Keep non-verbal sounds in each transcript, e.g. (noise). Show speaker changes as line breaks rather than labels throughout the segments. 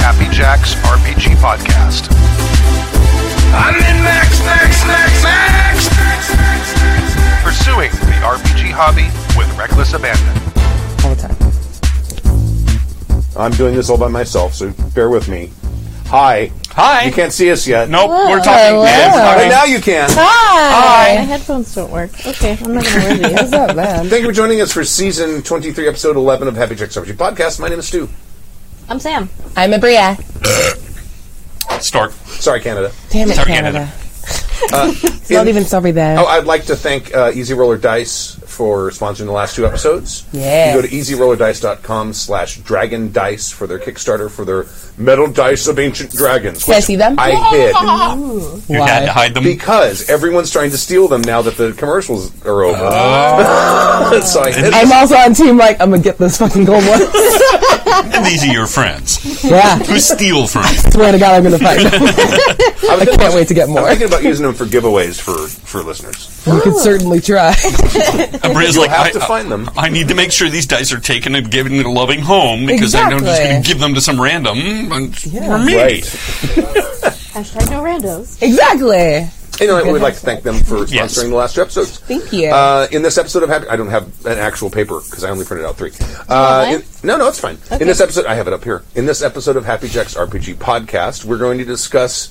Max RPG Podcast. I'm in Max, Max, Max, Max! Pursuing the RPG hobby with reckless abandon.
all the time.
I'm doing this all by myself, so bear with me. Hi.
Hi.
You can't see us yet.
Nope, we're talking.
hello.
Dan's talking.
Right now you can.
Hi.
My headphones don't work. Okay, I'm not gonna wear these.
It's not bad.
Thank you for joining us for season 23, episode 11 of Happy Checks RPG Podcast. My name is Stu.
I'm Sam.
I'm a Bria.
Stork.
Sorry, Canada.
Damn it,
Sorry,
Canada.
Canada.
(laughs) It's not
In-
even sorry there.
Oh, I'd like to thank uh, Easy Roller Dice for sponsoring the last two episodes.
Yeah.
You go to easyrollerdice.com slash dragon dice for their Kickstarter for their metal dice of ancient dragons.
Can I
which
see them?
I hid.
You had to hide them.
Because everyone's trying to steal them now that the commercials are over.
Ah.
(laughs) so I hid
I'm also on team like I'm gonna get this fucking gold one. (laughs)
And these are your friends
yeah,
who steal from you.
(laughs) swear to God, I'm gonna fight. (laughs)
I
can't wait to get more. (laughs)
I'm thinking (laughs) about using them for giveaways for, for listeners.
you could certainly (laughs) try.
And Bria's
You'll
like,
have
I,
to find them.
I need to make sure these dice are taken and given a loving home because I know I'm just
Exactly.
going to give them to some random and for me.
Hashtag no randos.
exactly.
Anyway, we'd like to thank them for sponsoring
Yes.
the last two episodes.
Thank you.
Uh, in this episode of Happy, I don't have an actual paper because I only printed out three. Uh,
mine?
in- no, no, it's fine. In this episode, I have it up here. In this episode of Happy Jack's RPG podcast, we're going to discuss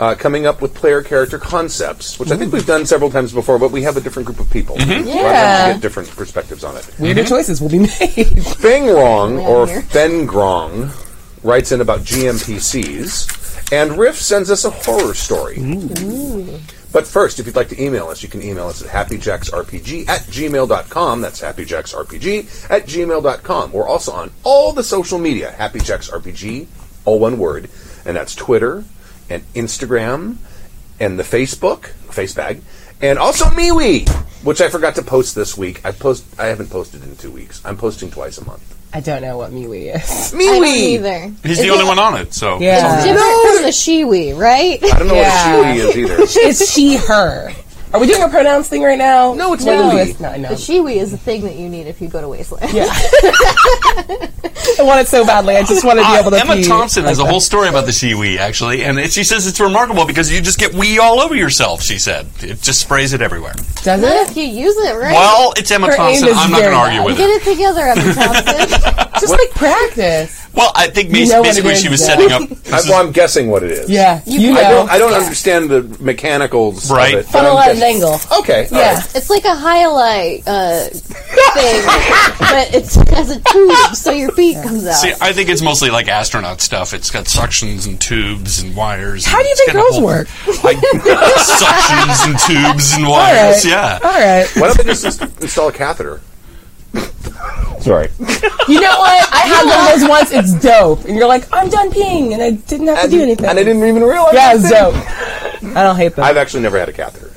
uh, coming up with player character concepts, which I
Mm-hmm.
think we've done several times before, but we have a different group of people. So I'd like
Yeah.
to get different perspectives on it.
Weirder choices will be (laughs) made.
Fengrong or
here.
Fengrong writes in about GMPCs, and Riff sends us a horror story. But first, if you'd like to email us, you can email us at happyjacksrpg at gmail.com. That's happyjacksrpg at gmail.com. We're also on all the social media, happyjacksrpg, all one word, and that's Twitter and Instagram and the Facebook, Facebag, and also MeWe, which I forgot to post this week. I post I haven't posted in two weeks. I'm posting twice a month.
I don't know what MeWe is.
I don't
MeWe!
either. Uh,
He's the only one on it, so.
Yeah,
Different from the shiwi, right?
I don't know
Yeah.
what a shiwi is either.
it's she her. Are we doing a pronouns thing right now?
No, it's
no,
Wendy.
it's not. I know.
The shiwi is the thing that you need if you go to Wasteland.
Yeah. I want it so badly. I just want to be
Uh,
able to.
Emma
pee
Thompson
like
has a
that.
whole story about the shiwi, actually, and it, she says it's remarkable because you just get wee all over yourself, she said. It just sprays it everywhere.
Does
Not
it?
if (laughs) you use it, right?
Well, it's Emma
Her aim
Thompson.
is
I'm not
very
going to argue
bad.
with
Get
it.
it together, Emma (laughs) Thompson.
Just like practice.
Well, I think
You know what
basically
it
she
is,
was
yeah. (laughs)
setting up.
I,
This is-
well, I'm guessing what it is.
Yeah, you, know.
I don't. I don't understand the mechanicals.
Right.
Of it, but
Funnel
I'm
at an
guessing-
angle.
Okay. all
Yeah.
right.
it's like a highlight uh, thing, but it's has a tube, so your feet comes out.
See, I think it's mostly like astronaut stuff. It's got suctions and tubes and wires.
How do you think girls work?
Like (laughs) suctions and tubes and wires. Yeah.
All right.
Why don't they just ins- install a catheter? Sorry.
You know what? I had one of those once. It's dope. And you're like, I'm done peeing, and I didn't have to do anything.
And I didn't even realize.
Yeah,
it.
it's dope. I don't hate them.
I've actually never had a catheter.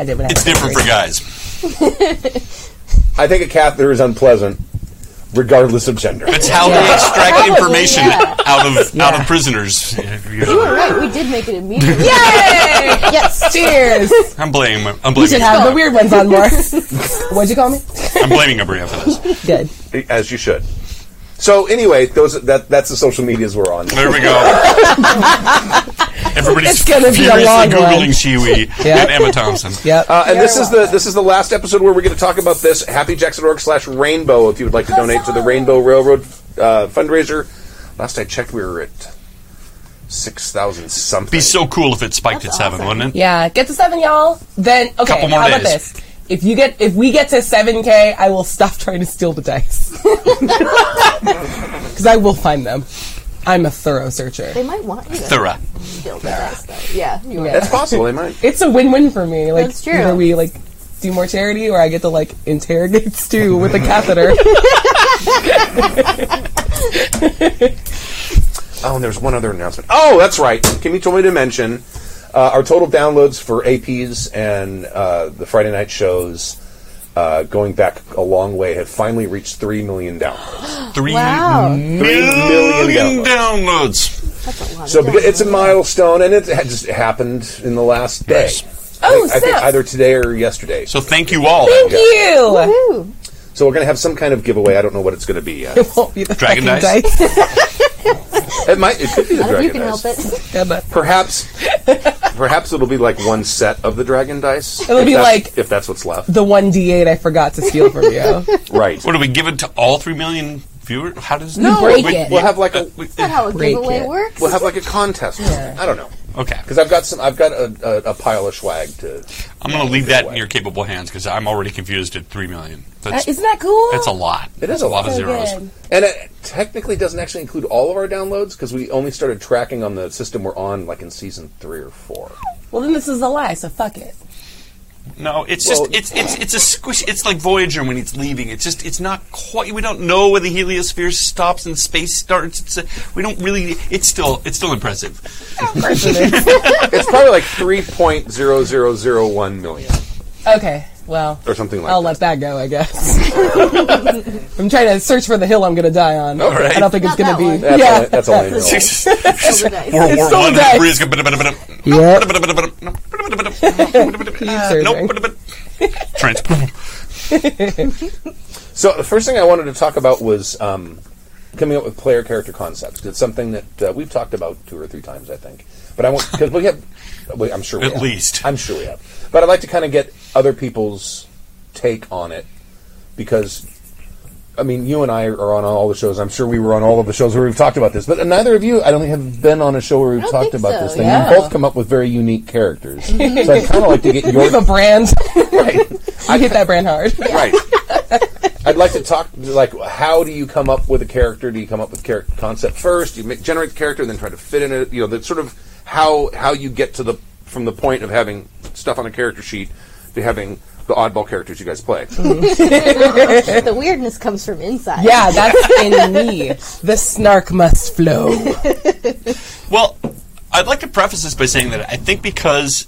I did what I
It's
had to
different
do.
for guys.
I think a catheter is unpleasant, regardless of gender. (laughs)
It's how they extract information
yeah.
out of out of prisoners.
you were right. We did make it immediately.
Yay!
(laughs)
yes.
Cheers.
I'm blaming I'm
You should
blaming
have the weird ones on
(laughs)
more. What'd you call me?
I'm blaming Abria for this.
Good.
as you should. So anyway, those that that's the social medias we're on.
There
(laughs)
we go. Everybody's
It's gonna be a
furiously
long one.
googling
(laughs)
Shiwi
Yeah.
and Emma Thompson.
Yep.
Uh, and this is the this is the last episode where we're going to talk about this. HappyJacks.org slash rainbow if you would like to donate to the Rainbow Railroad uh, fundraiser. Last I checked, we were at six thousand something.
Be so cool if it spiked at seven, wouldn't it?
yeah, get to seven, y'all. Then okay.
Couple more
how about
days.
this? If you get, if we get to seven k, I will stop (laughs) trying to steal the dice (laughs) because I will find them. I'm a thorough searcher.
They might want you to
Thorough.
build the dice, though. Yeah, you were.
That's possible. They might.
it's a win-win for me. Like
That's true.
either we like do more charity, or I get to like interrogate Stu with a catheter. (laughs)
Oh, and there's one other announcement. Oh, that's right. Kimmy told me to mention uh, our total downloads for APs and uh, the Friday night shows. Uh, going back a long way, have finally reached three million downloads.
Three
Wow.
million
million downloads.
So beca- it's a milestone, and it had just happened in the last day.
oh,
I think
snap.
either today or yesterday. So,
So thank you all.
Thank you.
Ooh. (laughs)
so we're going to have some kind of giveaway. I don't know what it's going to be yet.
It won't be the
Dragon
fucking
dice?
dice. (laughs)
It might. It could be the
Not if
dragon
you can
dice.
help it.
Emma.
(laughs)
Perhaps, perhaps it'll be like one set of the dragon dice.
It'll
if
be
that's-
like-
if that's what's left.
The one D8 I forgot to steal from (laughs) you.
Right.
What do we give it to all three million viewers? How does
No. break
we-
it.
We'll have like a
we-
That's not how a
Break
giveaway
it.
works.
we'll have like a contest. or something. I don't know
okay.
because I've got some. I've got a, a, a pile of swag to.
I'm going to leave that in
away.
your capable hands because I'm already confused at three million. That's,
That- Isn't that cool?
that's a lot.
It is
That's
a lot.
of
So
zeros.
good.
And it technically doesn't actually include all of our downloads because we only started tracking on the system we're on like in season three or four.
Well, then this is a lie, so fuck (laughs) it.
No, it's
Well-
just it's it's it's a squish. It's like Voyager when it's leaving. It's just it's not quite. We don't know where the heliosphere stops and space starts. It's a, we don't really. It's still it's still impressive.
it's probably like three point zero zero zero one million
Okay, well,
or something like
I'll
that.
let that go, I (laughs) guess. I'm trying to search for the hill I'm going to die on.
All right.
I don't think it's going
Not
to be.
that
That's,
yeah. (laughs)
all, that's all I know.
That's it. Silver (laughs) dice.
World War
so
One.
nice.
Risk-
(laughs) surgery.
Nope. Trans-
So the first thing I wanted to talk about was um, coming up with player character concepts. It's something that uh, we've talked about two or three times, I think. But I want because we have, we, I'm sure we
At
have.
least.
I'm sure we have. But I'd like to kind of get other people's take on it because. I mean, you and I are on all the shows. I'm sure we were on all of the shows where we've talked about this, but neither of you, I don't think, have been on a show where we've
don't
talked
think
about
so,
this thing.
yeah.
You've both come up with very unique characters, so I'd kind of like to
(laughs)
get
We have a
your
brand.
(laughs)
(laughs)
right.
I hit that brand hard.
Right. I'd like to talk like how do you come up with a character? Do you come up with character concept first? Do you make, generate the character and then try to fit in it? You know, that's sort of how how you get to the from the point of having stuff on a character sheet to having the oddball characters you
(laughs)
guys play.
The weirdness comes from inside.
Yeah, that's in me. The snark must flow.
Well, I'd like to preface this by saying that I think because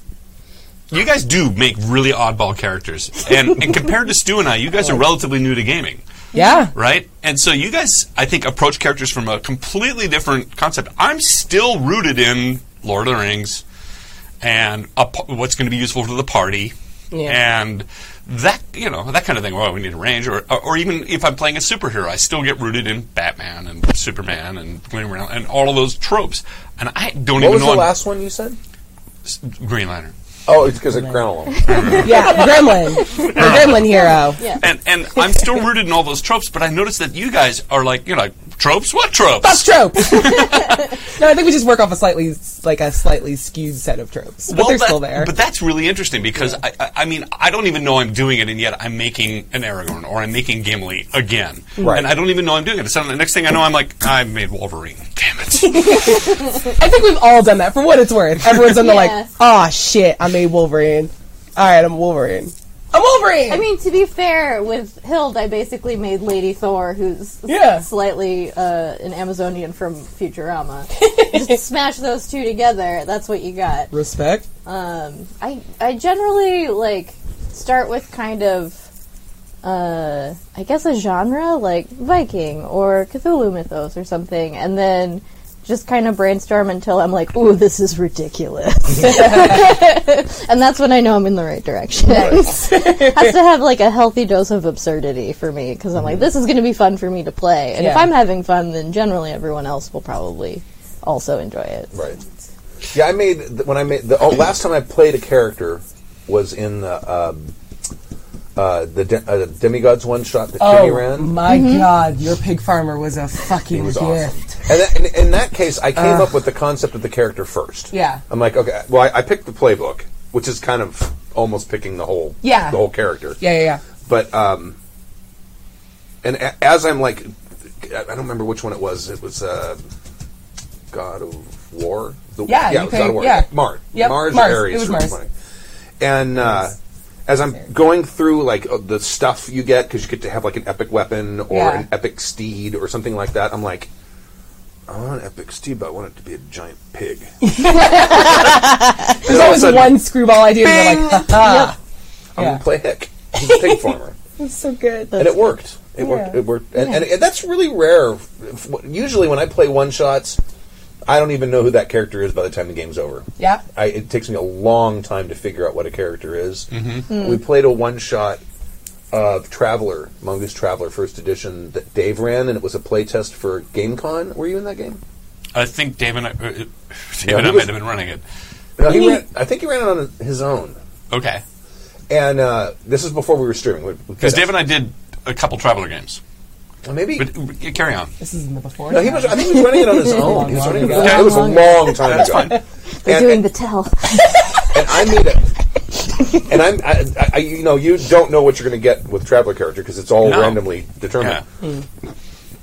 you guys do make really oddball characters, and, and compared to Stu and I, you guys are relatively new to gaming.
Yeah.
right? And so you guys, I think, approach characters from a completely different concept. I'm still rooted in Lord of the Rings and a, p- what's going to be useful for the party,
Yeah.
and that you know that kind of thing. Well, we need a range, or, or or even if I'm playing a superhero, I still get rooted in Batman and Superman and Green Lantern and all of those tropes. And I don't
What
even
was
know
the
I'm
last one you said?
s- Green Lantern.
Oh, it's because of Crown
Yeah,
(laughs)
(laughs)
gremlin. The gremlin hero.
Yeah.
And and I'm still rooted in all those tropes, but I noticed that you guys are like you know like, tropes. What tropes?
Fuck tropes. (laughs) no, I think we just work off a slightly, like a slightly skewed set of tropes, but they're
that-
still there.
But that's really interesting because I, I, I mean, I don't even know I'm doing it, and yet I'm making an Aragorn or I'm making Gimli again,
Right.
and I don't even know I'm doing it. So the next thing I know, I'm like, I made Wolverine. (laughs) Damn it!
I think we've all done that for what it's worth. Everyone's on the
Yeah.
like, oh shit, I made Wolverine. All right, I'm Wolverine. I'm Wolverine.
I mean, to be fair, with Hild, I basically made Lady Thor, who's s-
Yeah.
slightly uh, an Amazonian
(laughs)
from Futurama. Just smash those two together. That's what you got.
respect.
Um, I I generally like start with kind of. Uh, I guess a genre like Viking or Cthulhu mythos or something, and then just kind of brainstorm until I'm like, "Ooh, this is ridiculous," (laughs) and that's when I know I'm in the right direction. (laughs) Has to have like a healthy dose of absurdity for me because I'm like, "This is going to be fun for me to play," and if
Yeah.
I'm having fun, then generally everyone else will probably also enjoy it.
Right. Yeah, I made th- when I made the oh, last time I played a character was in the um, uh, the de- uh, demigods one shot that Jimmy
Oh
ran.
my
Mm-hmm.
god, your pig farmer was a fucking
It was
gift.
awesome. And that, in, in that case, I came up with the concept of the character first.
Yeah.
I'm like, okay, well, I, I picked the playbook, which is kind of almost picking the whole
Yeah.
the whole character.
Yeah, yeah, yeah.
But um, and a- as I'm like, I don't remember which one it was. It was uh, God of War. The,
Yeah,
yeah,
you
it was God
picked-
of War.
yeah.
Mars.
Yep,
Mars.
Mars.
Or Ares
It was
for
Mars.
money. And uh, as I'm going through like uh, the stuff you get because you get to have like an epic weapon or
Yeah.
an epic steed or something like that. I'm like. I want an epic steed, but I want it to be a giant
(laughs)
pig. (laughs)
There's always one screwball idea. And you're like, haha.
I'm
Yeah.
gonna play Hick. He's a pig farmer.
It's so good.
and it worked. It worked.
Yeah.
It worked. And, and, and that's really rare. F- Usually, when I play one shots, I don't even know who that character is by the time the game's over.
Yeah.
I, it takes me a long time to figure out what a character is. We played a one shot. of Traveler, Mongoose Traveler First Edition that Dave ran, and it was a playtest for GameCon. Were you in that game?
I think Dave and I, uh, Dave
Yeah,
and I
he was-
might have been running it.
No, he
mean-
ran, I think he ran it on his own.
Okay,
And uh, this is before we were streaming. We- we
because
could-
Dave and I did a couple traveler games.
Well, maybe.
But uh, carry on.
This is in the before.
no, he was. I think he was running it on his own. He was running it, on-
Yeah.
it was a long time
That's
ago.
fine.
We're
And-
doing the tell.
and I made a, and I'm, I, I- I, you know, you don't know what you're going to get with traveler character because it's all
No.
randomly determined. Mm.
Yeah.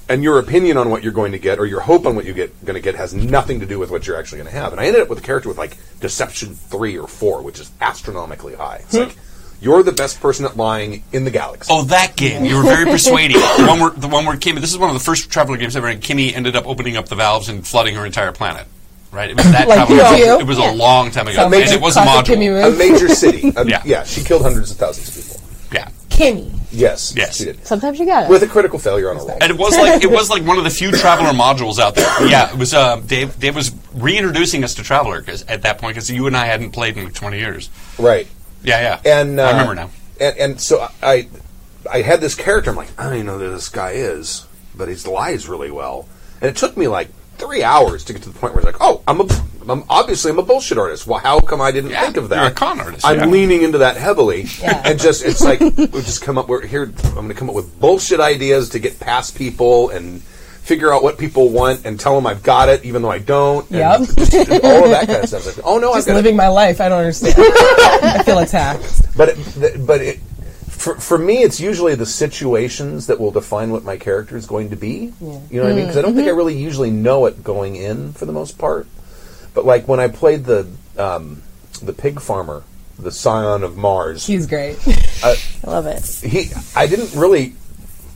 And your opinion on what you're going to get or your hope on what you get going to get has nothing to do with what you're actually going to have. And I ended up with a character with like deception three or four, which is astronomically high. It's
Hmm.
like you're the best person at lying in the galaxy.
Oh, that game. You
(laughs)
were very persuading. the one where the one where Kimmy. This is one of the first traveler games ever, and Kimmy ended up opening up the valves and flooding her entire planet. Right? It was
(laughs)
that
Like
traveler.
you
game.
do.
It was a long time ago, and
Amazing
it was a
classic
module.
A
Kimmy move.
major city. A-
(laughs) Oh. Yeah.
she killed hundreds of thousands of people.
Yeah.
Kimmy.
Yes,
Yes.
she did.
Sometimes you got it.
With a critical failure on a roll.
And it was like it was like one of the few traveler modules out there. Yeah, it was. Uh, Dave Dave was reintroducing us to traveler 'cause- at that point because you and I hadn't played in like twenty years.
Right.
Yeah, yeah.
And uh,
I remember now.
And, and so I, I had this character. I'm like, I don't even know who this guy is, but he lies really well. And it took me like three hours to get to the point where it's like, oh, I'm a, I'm obviously I'm a bullshit artist. Well, how come I didn't
Yeah,
think of that?
you're a con artist,
I'm
yeah.
leaning into that heavily,
Yeah.
(laughs) and just it's like we just come up. We're here. I'm going to come up with bullshit ideas to get past people and. Figure out what people want and tell them I've got it, even though I don't. and
Yep.
just all of that
(laughs)
kind of stuff. It's Like, oh no,
Just
I've got it.
living my life. I don't understand. I feel attacked.
But it, th- but it, for for me, it's usually the situations that will define what my character is going to be. You know what I mean? Because I don't think I really usually know it going in for the most part. But like when I played the um, the pig farmer, the scion of Mars,
He's great.
I love it.
he I didn't really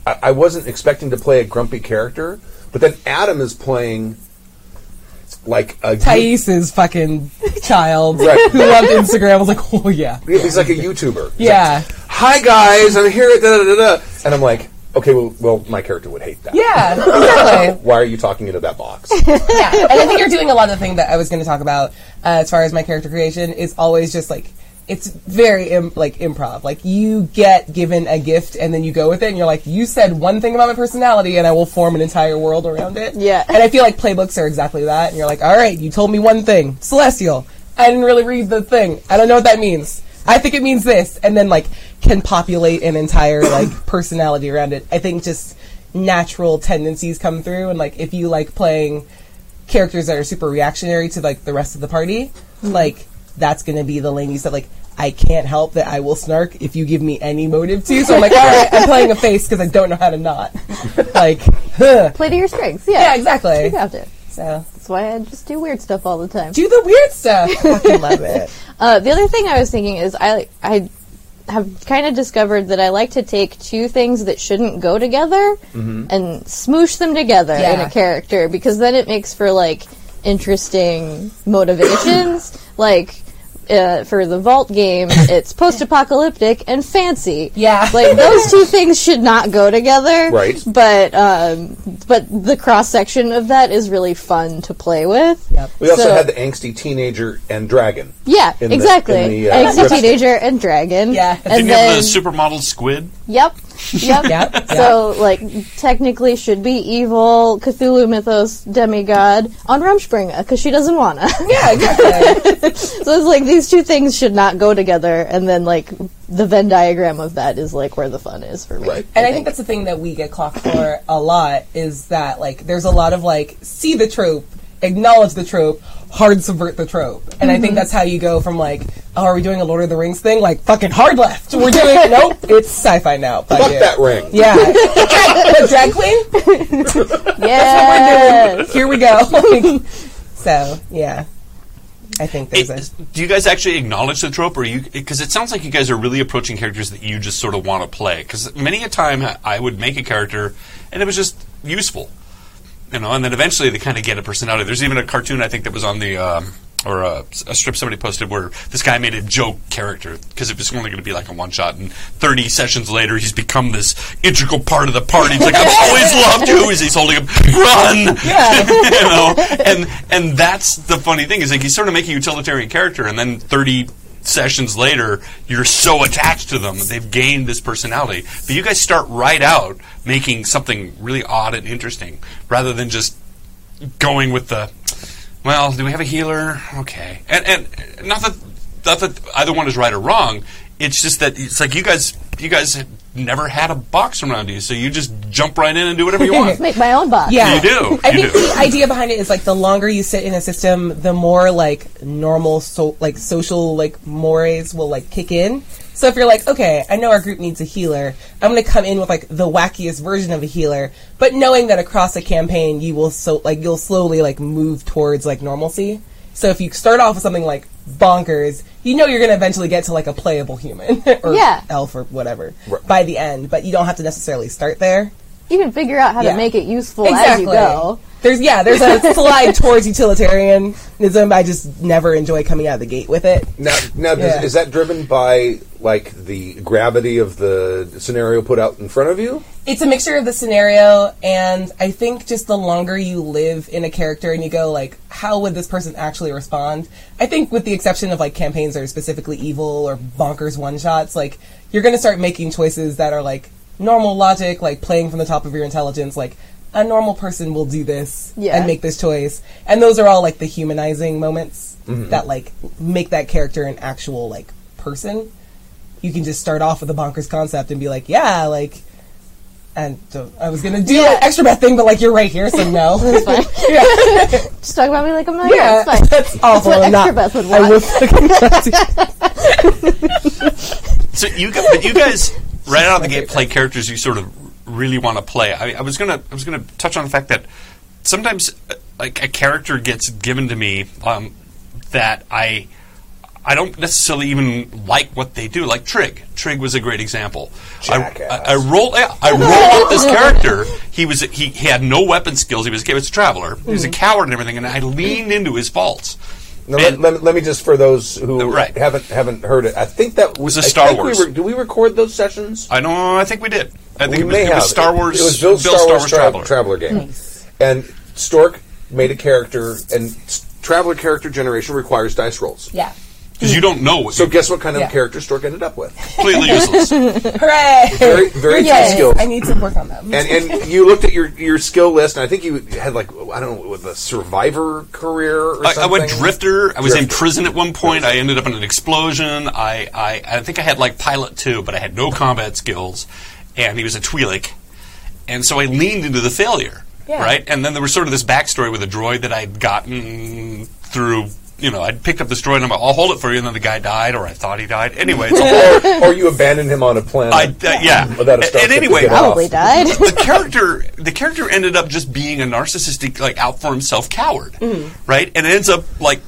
I, I wasn't expecting to play a grumpy character, but then Adam is playing like a
Thais' fucking child
Right.
who loved Instagram. I was like, oh yeah,
He's like a YouTuber. He's
yeah,
like, Hi guys, I'm here. at Da, da, da, da. And I'm like, okay, well, well, my character would hate that.
yeah. Exactly.
why are you talking into that
(laughs)
box?
yeah, and I think you're doing a lot of the thing that I was going to talk about uh, as far as my character creation is always just like it's very Im- like improv. Like you get given a gift and then you go with it, and you're like, you said one thing about my personality, and I will form an entire world around it.
Yeah.
and I feel like playbooks are exactly that. And you're like, all right, you told me one thing, celestial. I didn't really read the thing. I don't know what that means. I think it means this, and then like can populate an entire like personality around it. I think just natural tendencies come through, and like if you like playing characters that are super reactionary to like the rest of the party, like that's gonna be the lane you said like I can't help that I will snark if you give me any motive to. So I'm like, all right, I'm playing a face because I don't know how to not. Like, huh.
Play to your strengths.
yeah,
Yeah,
exactly.
You got it.
So
That's why I just do weird stuff all the time.
do the weird (laughs) stuff. Fucking love it.
Uh, the other thing I was thinking is I I have kind of discovered that I like to take two things that shouldn't go together
Mm-hmm.
and smoosh them together in
Yeah.
a character because then it makes for like interesting motivations
(coughs)
like. Uh, for the vault game, it's post-apocalyptic and fancy.
Yeah. (laughs)
like those two things should not go together.
Right.
But um, but the cross section of that is really fun to play with.
Yep.
We also
So-
had the angsty teenager and dragon.
yeah,
in the-
exactly.
in the, uh,
Angsty
Rift.
teenager and dragon.
Yeah.
Did
and
you have
then
the supermodel squid?
(laughs)
yep, yep,
Yep, yep.
So like technically should be evil Cthulhu mythos demigod on Rumspringa because she doesn't wanna.
Yeah, exactly.
(laughs) so it's like these two things should not go together, and then like the Venn diagram of that is like where the fun is for me.
Right.
And I think that's the thing that we get clocked for a lot is that like there's a lot of like see the trope, acknowledge the trope, hard subvert the trope. And I think that's how you go from like, oh, are we doing a Lord of the Rings thing? Like fucking hard left. We're doing (laughs) nope, it's sci-fi now. Fuck
Fuck
it.
that ring.
Yeah. (laughs) but drag queen?
Yeah.
Here we go. (laughs) so, yeah. I think there's a
It- do you guys actually acknowledge the trope, or you? Because it sounds like you guys are really approaching characters that you just sort of want to play. Because many a time I would make a character, and it was just useful, you know. And then eventually they kind of get a personality. There's even a cartoon I think that was on the. Um, or a, a strip somebody posted where this guy made a joke character because it was only going to be like a one shot, and 30 sessions later he's become this integral part of the party. He's like, I've always loved you. As he's holding him, run, (laughs) you know, and and that's the funny thing is like he's sort of making a utilitarian character, and then thirty sessions later, you're so attached to them, they've gained this personality. But you guys start right out making something really odd and interesting, rather than just going with the, well, do we have a healer? Okay, and and not that not that either one is right or wrong. It's just that it's like you guys you guys never had a box around you, so you just jump right in and do whatever you want.
Make my own box.
Yeah,
You do.
(laughs) I
You
think
do.
the idea behind it is like the longer you sit in a system, the more like normal, so like social like mores will like kick in. So if you're like, okay, I know our group needs a healer, I'm gonna come in with like the wackiest version of a healer, but knowing that across a campaign you will so like you'll slowly like move towards like normalcy. So if you start off with something like bonkers, you know you're gonna eventually get to like a playable human (laughs) or
Yeah.
elf or whatever by the end, but you don't have to necessarily start there.
You can figure out how
Yeah.
to make it useful as
Exactly.
you go.
There's yeah, there's
(laughs)
a slide towards utilitarianism. I just never enjoy coming out of the gate with it.
Now, now does-
Yeah.
is that driven by like the gravity of the scenario put out in front of you?
It's a mixture of the scenario and I think just the longer you live in a character and you go like, how would this person actually respond? I think with the exception of like campaigns that are specifically evil or bonkers one shots, like you're gonna start making choices that are like normal logic, like playing from the top of your intelligence, like a normal person will do this
Yeah.
and make this choice. And those are all like the humanizing moments that like make that character an actual like person. You can just start off with a bonkers concept and be like, yeah, like, and so I was gonna do an extra bad thing, but like you're right here, so
(laughs)
no. That's fine. yeah,
Just talk about me like I'm not.
(laughs) yeah,
Yeah, it's fine.
that's awful.
what
I'm not-
extra bad would
I
want.
was fucking
So you guys, but you guys right out of the gate play characters you sort of really want to play. I, I was gonna I was gonna touch on the fact that sometimes uh, like a character gets given to me um, that I I don't necessarily even like what they do. Like Trig, Trig was a great example. I,
Jackass.
I, I roll yeah, I rolled up this character. He was he, he had no weapon skills. He was he was a traveler. He
Mm-hmm.
was a coward and everything. And I leaned into his faults.
Now, let,
And-
let, let me just for those who
Uh, right.
haven't haven't heard it. I think that was
a Star Wars.
We were, do we record those sessions?
I don't. I think we did. I think
we
it was,
may
it was
have.
Star Wars.
It was Bill's
Bill's
Star Wars Tra-
Traveler.
game, and Stork made a character, and s- Traveler character generation requires dice rolls.
yeah.
because you don't know what
So
so
guess what kind of
Yeah.
character Stork ended up
(laughs)
with? (laughs)
completely useless.
Hooray!
Very very few
Yes,
skills.
I need to work
(laughs)
on them.
and and you looked at your, your skill list, and I think you had like I don't know, with a survivor career. Or
I, I
something.
went drifter. I was in
Drifter.
prison at one point. I ended up in an explosion. I, I I think I had like pilot two, but I had no combat skills, and he was a Twi'lek, and so I leaned into the failure,
Yeah.
right? And then there was sort of this backstory with a droid that I'd gotten through. You know, I'd picked up this droid and I'm like, I'll hold it for you. And then the guy died, or I thought he died. Anyway,
(laughs)
it's a whole.
or, or you abandoned him on a planet.
I, uh, yeah.
Without a
And-
star
and anyway,
certificate. (laughs)
Probably
off.
died.
the character the character ended up just being a narcissistic like out for himself coward right and it ends up like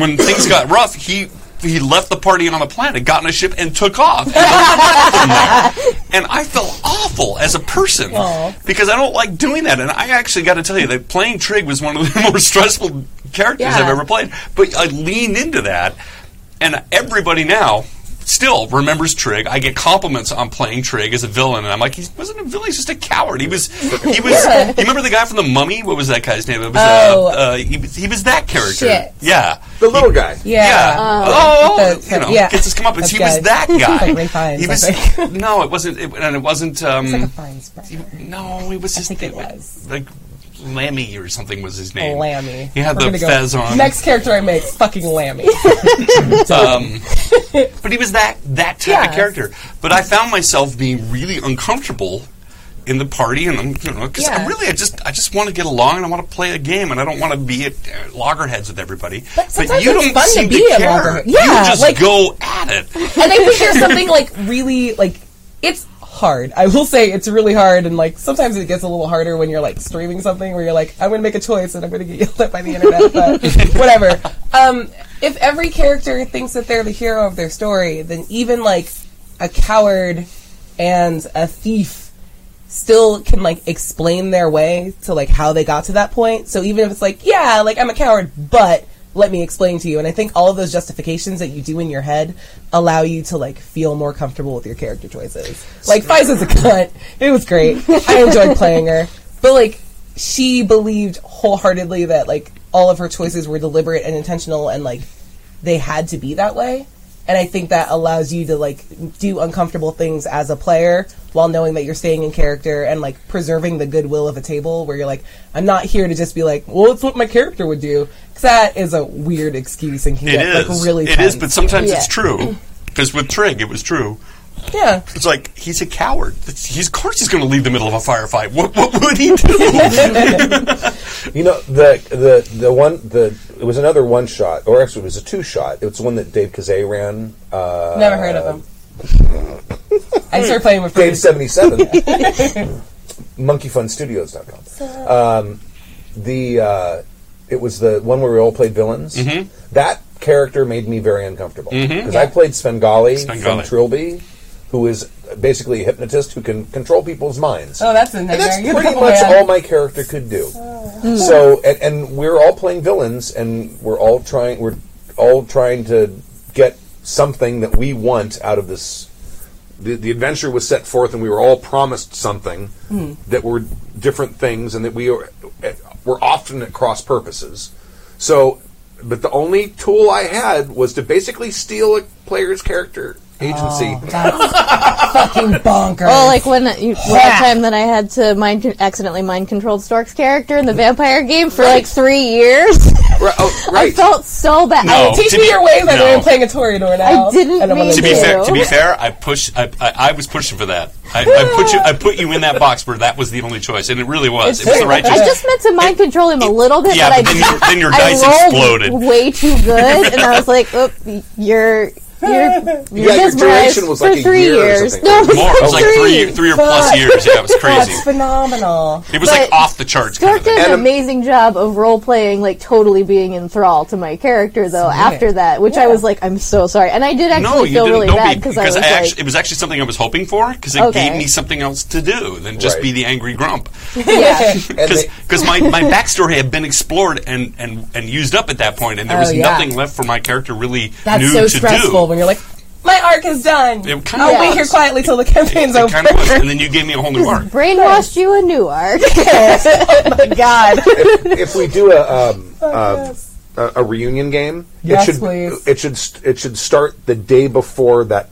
when things got rough he he left the party on a planet got in a ship and took off and, i felt awful as a person because i don't like doing that and i actually got to tell you that playing trig was one of the (laughs) more stressful characters i've
Yeah.
ever played but i leaned into that and everybody now still remembers Trig. I get compliments on playing Trig as a villain, and I'm like, he wasn't a villain; he's just a coward. He was,
(laughs)
he was. You remember the guy from the Mummy? What was that guy's name? It was,
Oh.
uh, uh, he, was he was that character.
Shit.
Yeah.
The little guy.
Yeah.
Uh,
oh,
The-
you know,
yeah.
gets his come up, and
That
he
guy.
was that
(laughs) Like
guy.
Ray Fiennes,
he
I
was
(laughs) think.
no, it wasn't, it, and it wasn't. Um,
It's like a fine spread.
no, it was just
think it was.
like Lammy or something was his name.
Lammy.
He had
We're gonna
the
go-
fez on.
Next character I make, is fucking Lammy. (laughs)
Um, but he was that that type of
Yeah.
character. But I found myself being really uncomfortable in the party, and I'm you know because
Yeah.
I'm really I just I just want to get along and I want to play a game and I don't want to be at uh, loggerheads with everybody.
But sometimes
you
it's
don't
fun to
seem
be at
care.
loggerheads.
You
Yeah,
just
like-
go
(laughs)
at it.
and I think there's something like really like it's hard. I will say it's really hard, and like sometimes it gets a little harder when you're like streaming something where you're like, I'm going to make a choice and I'm going to get yelled at by the internet, but whatever. Um, if every character thinks that they're the hero of their story, then even like a coward and a thief still can like explain their way to like how they got to that point. So even if it's like, yeah, like I'm a coward, but let me explain to you. And I think all of those justifications that you do in your head allow you to like feel more comfortable with your character choices. Like Faisa's a cunt. It was great. I enjoyed playing her. But like she believed wholeheartedly that like all of her choices were deliberate and intentional and like they had to be that way. And I think that allows you to like do uncomfortable things as a player while knowing that you're staying in character and like preserving the goodwill of a table where you're like, I'm not here to just be like, well, it's what my character would do. 'Cause that is a weird excuse and can
It
get
is.
like really
it is,
tense.
but sometimes
Yeah.
it's true. Because with Trig, it was true.
yeah.
It's like he's a coward. It's- He's, of course, he's going to leave the middle of a firefight. What, what would he
(laughs)
do?
You know the the the one the it was another one shot, or actually it was a two shot. It was the one that Dave Kazay ran. Uh,
Never heard of him.
(laughs)
I started playing with
Dave
Fridays.
seventy (laughs) seven. MonkeyFunStudios.com. Um, the uh, it was the one where we all played villains.
Mm-hmm.
That character made me very uncomfortable because I played Svengali, from
Svengali.
Trilby, who is basically a hypnotist who can control people's minds.
Oh, that's a nightmare.
And that's
You're
pretty
the
much
man.
all my character could do. So, and, and we're all playing villains, and we're all trying. We're all trying to get something that we want out of this. The, the adventure was set forth, and we were all promised something that were different things, and that we were, were often at cross purposes. So, but the only tool I had was to basically steal a player's character agency.
Oh. That's fucking bonkers.
Well, like when you, one time that I had to mind con- accidentally mind controlled Stork's character in the vampire game for like three years. (laughs)
Right, oh,
I
right.
felt so bad.
No.
teach
to
me
be-
your ways.
no.
I am playing a Toreador now.
I didn't
And I'm a
mean
little
to be
bit-
fair, to be fair, I push. I, I, I was pushing for that. I, I put you. I put you in that box where that was the only choice, and it really was.
It's
it was the
true.
right
I
choice.
just meant to mind control him a little bit,
yeah,
but I
but then your- then your
I
dice
rolled
exploded.
way too good, and I
(laughs)
was like, "Oop, you're." You're, you're
your
mesmerized
duration was
for
like a
three
year or
years.
something.
No, it was
More. It was like three, three or plus
Fuck.
years. Yeah, it
(laughs)
was crazy.
That's phenomenal.
It was like
But-
off the charts. Kind
Stork
of thing.
did an
And I'm-
amazing job of role playing, like totally being in thrall to my character, though. After that, which I was like, I'm so sorry, and I did actually
No, you
feel
didn't.
really
don't
bad
be
because I
because
was
I
like,
actually, it was actually something I was hoping for because it
Okay.
gave me something else to do than just
Right.
be the angry grump.
yeah.
(laughs)
And they-
Because my, my backstory had been explored and, and, and used up at that point, and there
Oh,
was
yeah.
nothing left for my character really
That's
new
so
to
stressful
do.
when you're like, my arc is done.
It kinda
Oh,
I'll wait
was.
here quietly till the campaign's
It
over.
kind of was, and then you gave me a whole new arc.
(laughs) brainwashed you a new arc.
God.
if we do a um, uh, a, a reunion game,
Yes,
it should
please.
it should st- it should start the day before that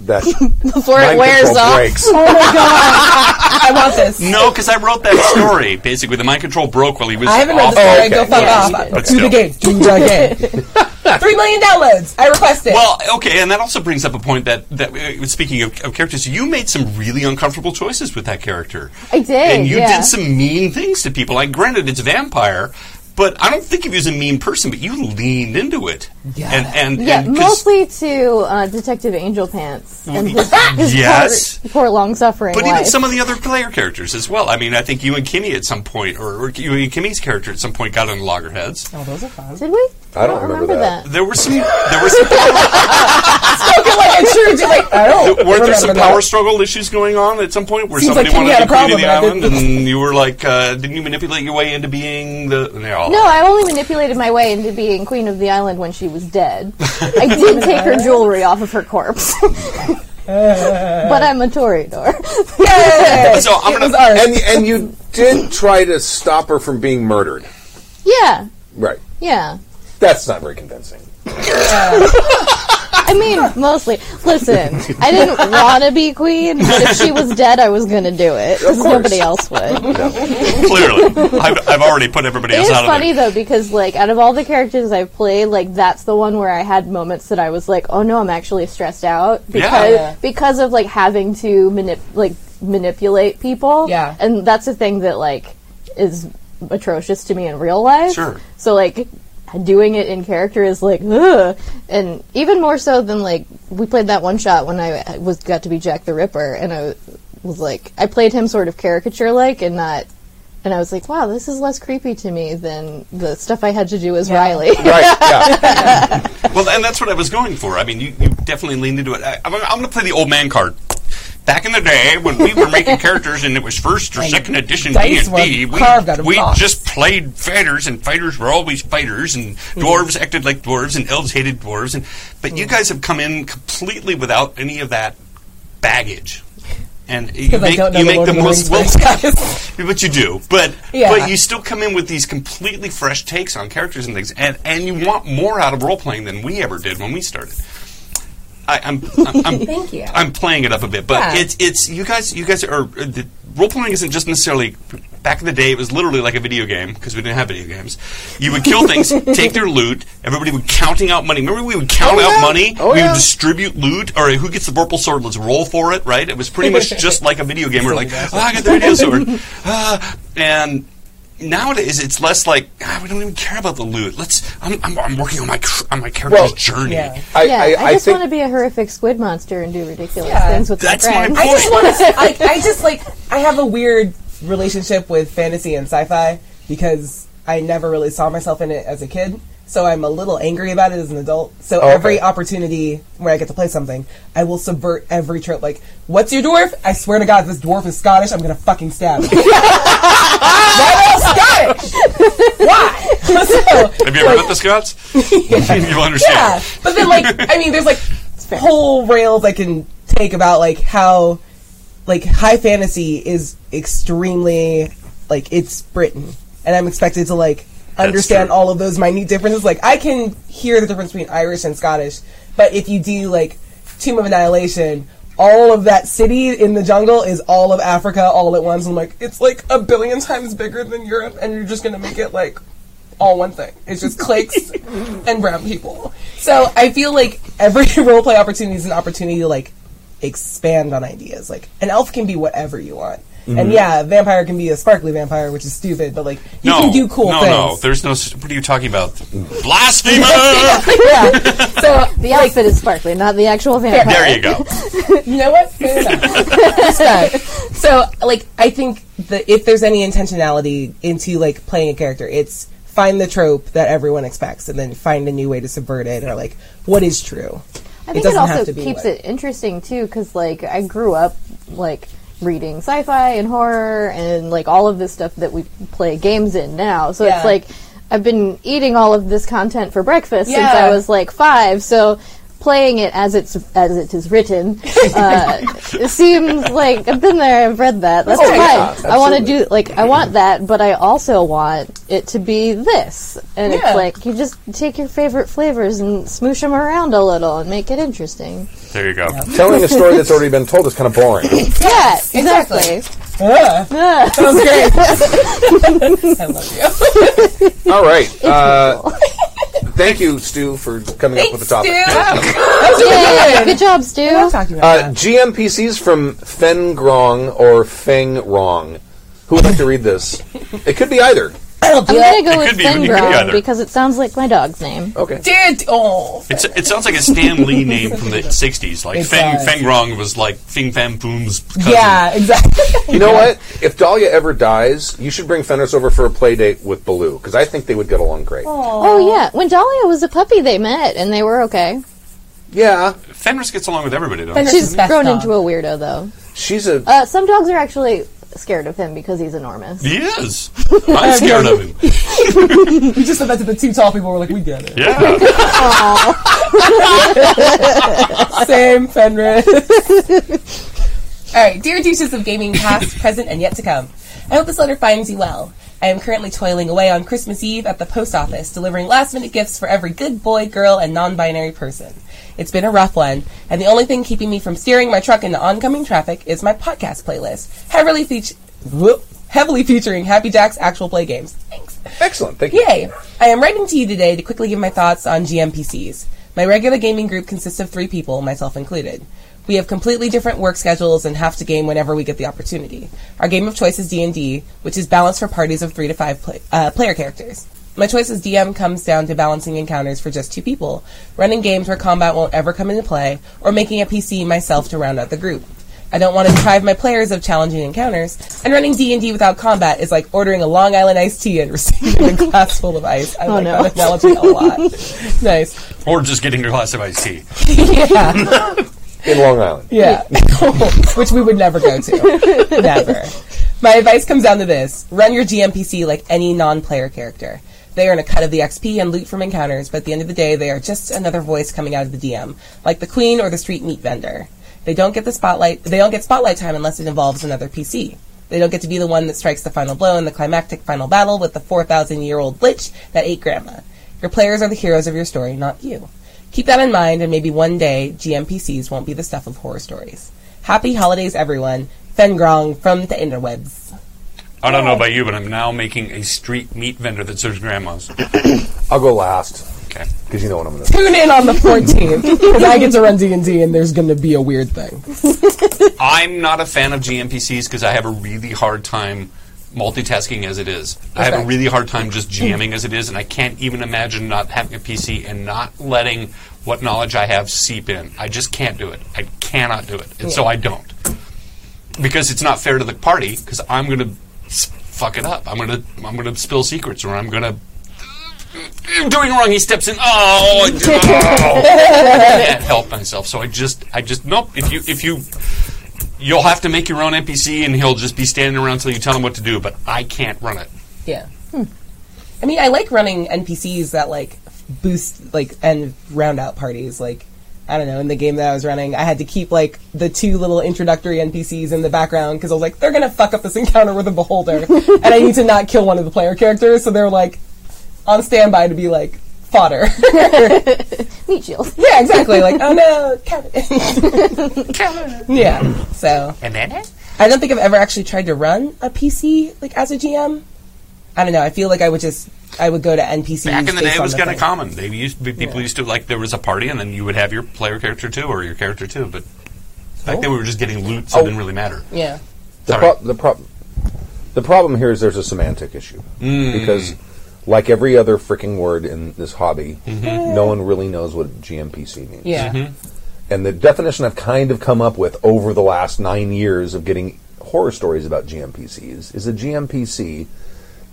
that
(laughs) before it
mind
wears
control
off.
breaks.
Oh my god. I want this.
(laughs) No, because I wrote that story. Basically, the mind control broke while he was
I haven't read
off.
the story.
okay.
Go fuck
Yeah,
off.
but
Do the
still.
game. Do
(laughs)
the game. Three million downloads. I request it.
Well, okay, and that also brings up a point that that uh, speaking of, of characters, you made some really uncomfortable choices with that character.
I did,
and you
yeah.
did some mean things to people. Like, granted, it's vampire, but I don't think of you as a mean person. But you leaned into it, yeah, and and
Yeah,
and 'cause-
mostly to uh, Detective Angel Pants
(laughs)
and his, his
Yes.
poor, poor long suffering
But
wife.
even some of the other player characters as well. I mean, I think you and Kimmy at some point, or, or you and Kimmy's character at some point, got on loggerheads.
oh, those are fun.
Did we?
I don't remember that.
There were some. There were some.
(laughs) Spoken like a true Jew. Like, I don't.
weren't there
remember
some
that.
power struggle issues going on at some point where
Seems
somebody
like Kimmy
wanted
had
to
a
be queen of the
problem
island
with it.
and you were like, uh, didn't you manipulate your way into being the? and they're all-
No, I only manipulated my way into being queen of the island when she was dead. I
(laughs)
did take her jewelry off of her corpse. (laughs) but I'm a Toreador.
Yay!
So I'm
It
gonna-
was ours.
And and you did try to stop her from being murdered,
yeah,
right?
yeah.
That's not very convincing.
I mean, mostly. Listen, I didn't want to be queen, but if she was dead, I was going to do it because nobody else would.
(laughs) clearly, I've, I've already put everybody
It
else
is
out
funny
of
though because like out of all the characters I've played, like that's the one where I had moments that I was like, oh no, I'm actually stressed out because
Yeah.
because of like having to manip- like manipulate people.
Yeah.
and that's the thing that like is atrocious to me in real life.
Sure.
So like doing it in character is like ugh. and even more so than like we played that one shot when I was got to be Jack the Ripper and I was like I played him sort of caricature like and not and I was like, wow, this is less creepy to me than the stuff I had to do as Riley.
Right? Yeah.
it. Well, and that's what I was going for. I mean, you, you definitely leaned into it. I, I'm, I'm going to play the old man card. Back in the day when we were making characters and it was first or second edition D
dice
and D,
were carved out
we,
of
we
rocks.
just played fighters and fighters were always fighters and
Mm-hmm.
dwarves acted like dwarves and elves hated dwarves and but
Mm.
you guys have come in completely without any of that baggage. And you
Because I
make,
don't know
you
the
make
Lord
the
of the (laughs)
most well
Rings franchise.
But you do. But
Yeah.
but you still come in with these completely fresh takes on characters and things, and and you want more out of role playing than we ever did when we started. I, I'm, I'm, I'm
Thank you.
I'm playing it up a bit, but
Yeah.
it's it's you guys you guys are uh, the, role playing isn't just necessarily back in the day it was literally like a video game because we didn't have video games. You would kill
(laughs)
things, take their loot. Everybody would counting out money. Remember we would count out money.
Oh,
we
yeah.
would distribute loot. All right, who gets the purple sword? Let's roll for it. Right? It was pretty
(laughs)
much just like a video game. We're like, oh, I got the video sword, Ah, and. Nowadays, it's less like ah, we don't even care about the loot. Let's. I'm, I'm, I'm working on my cr- on my character's
Well,
journey.
yeah.
I,
(laughs) yeah, I,
I, I
just want to
think
be a horrific squid monster and do ridiculous
Yeah.
things with
That's
my
my
friends.
I just want to. I, I just like. I have a weird relationship with fantasy and sci-fi because I never really saw myself in it as a kid. So I'm a little angry about it as an adult. So
okay.
every opportunity where I get to play something, I will subvert every trope. Like, what's your dwarf? I swear to God, if this dwarf is Scottish. I'm gonna fucking stab him. That man's Scottish. Why? So,
Have you ever met the Scots?
(laughs)
(laughs) You'll understand.
yeah, but then like I mean, there's like whole rails I can take about like how like high fantasy is extremely like it's Britain, and I'm expected to like understand
true.
all of those minute differences. Like I can hear the difference between Irish and Scottish, but if you do like Tomb of Annihilation. All of that city in the jungle is all of Africa all at once. I'm like, it's like a billion times bigger than Europe, and you're just gonna make it like all one thing. It's just clicks and brown people. So I feel like every (laughs) role play opportunity is an opportunity to like expand on ideas. Like an elf can be whatever you want.
Mm-hmm.
And yeah, a vampire can be a sparkly vampire, which is stupid, but like you
no,
can do cool
no, No,
things.
there's no. s- What are you talking about? Blasphemer!
yeah. So
the outfit is sparkly, not the actual vampire.
there you go.
you know what?
(laughs)
Fair enough. (laughs) Respect. So, like, I think that if there's any intentionality into like playing a character, it's find the trope that everyone expects, and then find a new way to subvert it, or like what is true.
I think it,
doesn't
also
have to be
keeps
what-
it interesting too, because like I grew up like reading sci-fi and horror and like all of this stuff that we play games in now. So
Yeah.
it's like I've been eating all of this content for breakfast since
Yeah.
I was like five. So playing it as it's as it is written uh, it seems like I've been there. I've read that. That's
Oh,
fine.
yeah,
I want to
absolutely.
do like I want that, but I also want it to be this. And
Yeah.
it's like you just take your favorite flavors and smoosh them around a little and make it interesting.
There you go.
telling a story that's already been told is kind of boring.
yeah, exactly.
Ah, sounds great. I love you.
All right. Uh, thank you, Stu, for coming up with the topic.
Yay, Good job, Stu.
Talking about
Uh, GMPCs from Fen Grong or Feng Rong. Who would like to read this? It could be either.
I'm gonna go
It
with
could be- it could be
Fengron
either.
because it sounds like my dog's name.
Okay.
Did oh
It's, it sounds like a Stan Lee name from the '60s. Like
It
Feng,
does.
Feng Rong was like Fing Fam Boom's cousin.
yeah, exactly.
You know what? If Dahlia ever dies, you should bring Fenris over for a play date with Baloo, because I think they would get along great.
Oh yeah, when Dahlia was a puppy, they met and they were okay.
Yeah.
Fenris gets along with everybody though.
Fenris- This is
She's
best
grown
dog.
into a weirdo though.
She's a.
Uh, some dogs are actually scared of him because he's enormous.
He is. I'm
(laughs)
scared of him.
We just said that to the two tall people. We're like, we get it.
Yeah.
(laughs) Same, Fenris. All right, dear douches of gaming past, present, and yet to come. I hope this letter finds you well. I am currently toiling away on Christmas Eve at the post office, delivering last minute gifts for every good boy, girl, and non binary person. It's been a rough one, and the only thing keeping me from steering my truck into oncoming traffic is my podcast playlist, heavily, feat- whoop, heavily featuring Happy Jack's actual play games. Thanks.
Excellent. Thank you.
Yay! I am writing to you today to quickly give my thoughts on GMPCs. My regular gaming group consists of three people, myself included. We have completely different work schedules and have to game whenever we get the opportunity. Our game of choice is D&D, which is balanced for parties of three to five play- uh, player characters. My choice as DM comes down to balancing encounters for just two people, running games where combat won't ever come into play, or making a PC myself to round out the group. I don't want to deprive my players of challenging encounters, and running D&D without combat is like ordering a Long Island iced tea and (laughs) receiving a glass full of ice. I like
no.
that analogy a lot. nice.
or just getting your glass of iced tea.
Yeah.
In Long Island.
Yeah. Which we would never go to. never. My advice comes down to this run your GMPC like any non player character. They earn a cut of the XP and loot from encounters, but at the end of the day, they are just another voice coming out of the DM, like the queen or the street meat vendor. They don't get the spotlight. They don't get spotlight time unless it involves another PC. They don't get to be the one that strikes the final blow in the climactic final battle with the 4,000 year old lich that ate grandma. Your players are the heroes of your story, not you. Keep that in mind, and maybe one day GMPCs won't be the stuff of horror stories. Happy holidays, everyone. Fengrong from the interwebs.
I don't know about you, but I'm now making a street meat vendor that serves grandmas.
I'll go last
Okay.
because you know what I'm going to.
Tune in on the 14th because I get to run D and D, and there's going to be a weird thing.
I'm not a fan of GMPCs because I have a really hard time multitasking as it is. I have a
Perfect.
really hard time just GMing as it is, and I can't even imagine not having a PC and not letting what knowledge I have seep in. I just can't do it. I cannot do it, and so I don't because it's not fair to the party because I'm going to fuck it up. I'm going to I'm going to spill secrets or I'm going to. I'm doing wrong. He steps in. Oh, I did- oh. I can't help myself. So I just, I just nope. If you, if you, you'll have to make your own NPC, and he'll just be standing around until you tell him what to do. But I can't run it.
Yeah. I mean, I like running NPCs that like boost like and round out parties. Like I don't know, in the game that I was running, I had to keep like the two little introductory NPCs in the background because I was like, they're gonna fuck up this encounter with a beholder, and I need to not kill one of the player characters. So they're like on standby to be like fodder.
Meat shield.
yeah, exactly. Like oh no, Kevin. yeah. So
And then
I don't think I've ever actually tried to run a PC like as a GM. I don't know. I feel like I would just I would go to NPCs.
back in the
based
day, it
on
was
the
kind of
thing.
common. They used to, people used to like there was a party, and then you would have your player character too, or your character too. But back then, we were just getting loot, so
Oh.
it didn't really matter.
Yeah.
The,
Sorry.
pro- the, prob- the problem here is there's a semantic issue. Because, like every other freaking word in this hobby, no one really knows what GMPC means.
Yeah.
Mm-hmm.
And the definition I've kind of come up with over the last nine years of getting horror stories about GMPCs is a GMPC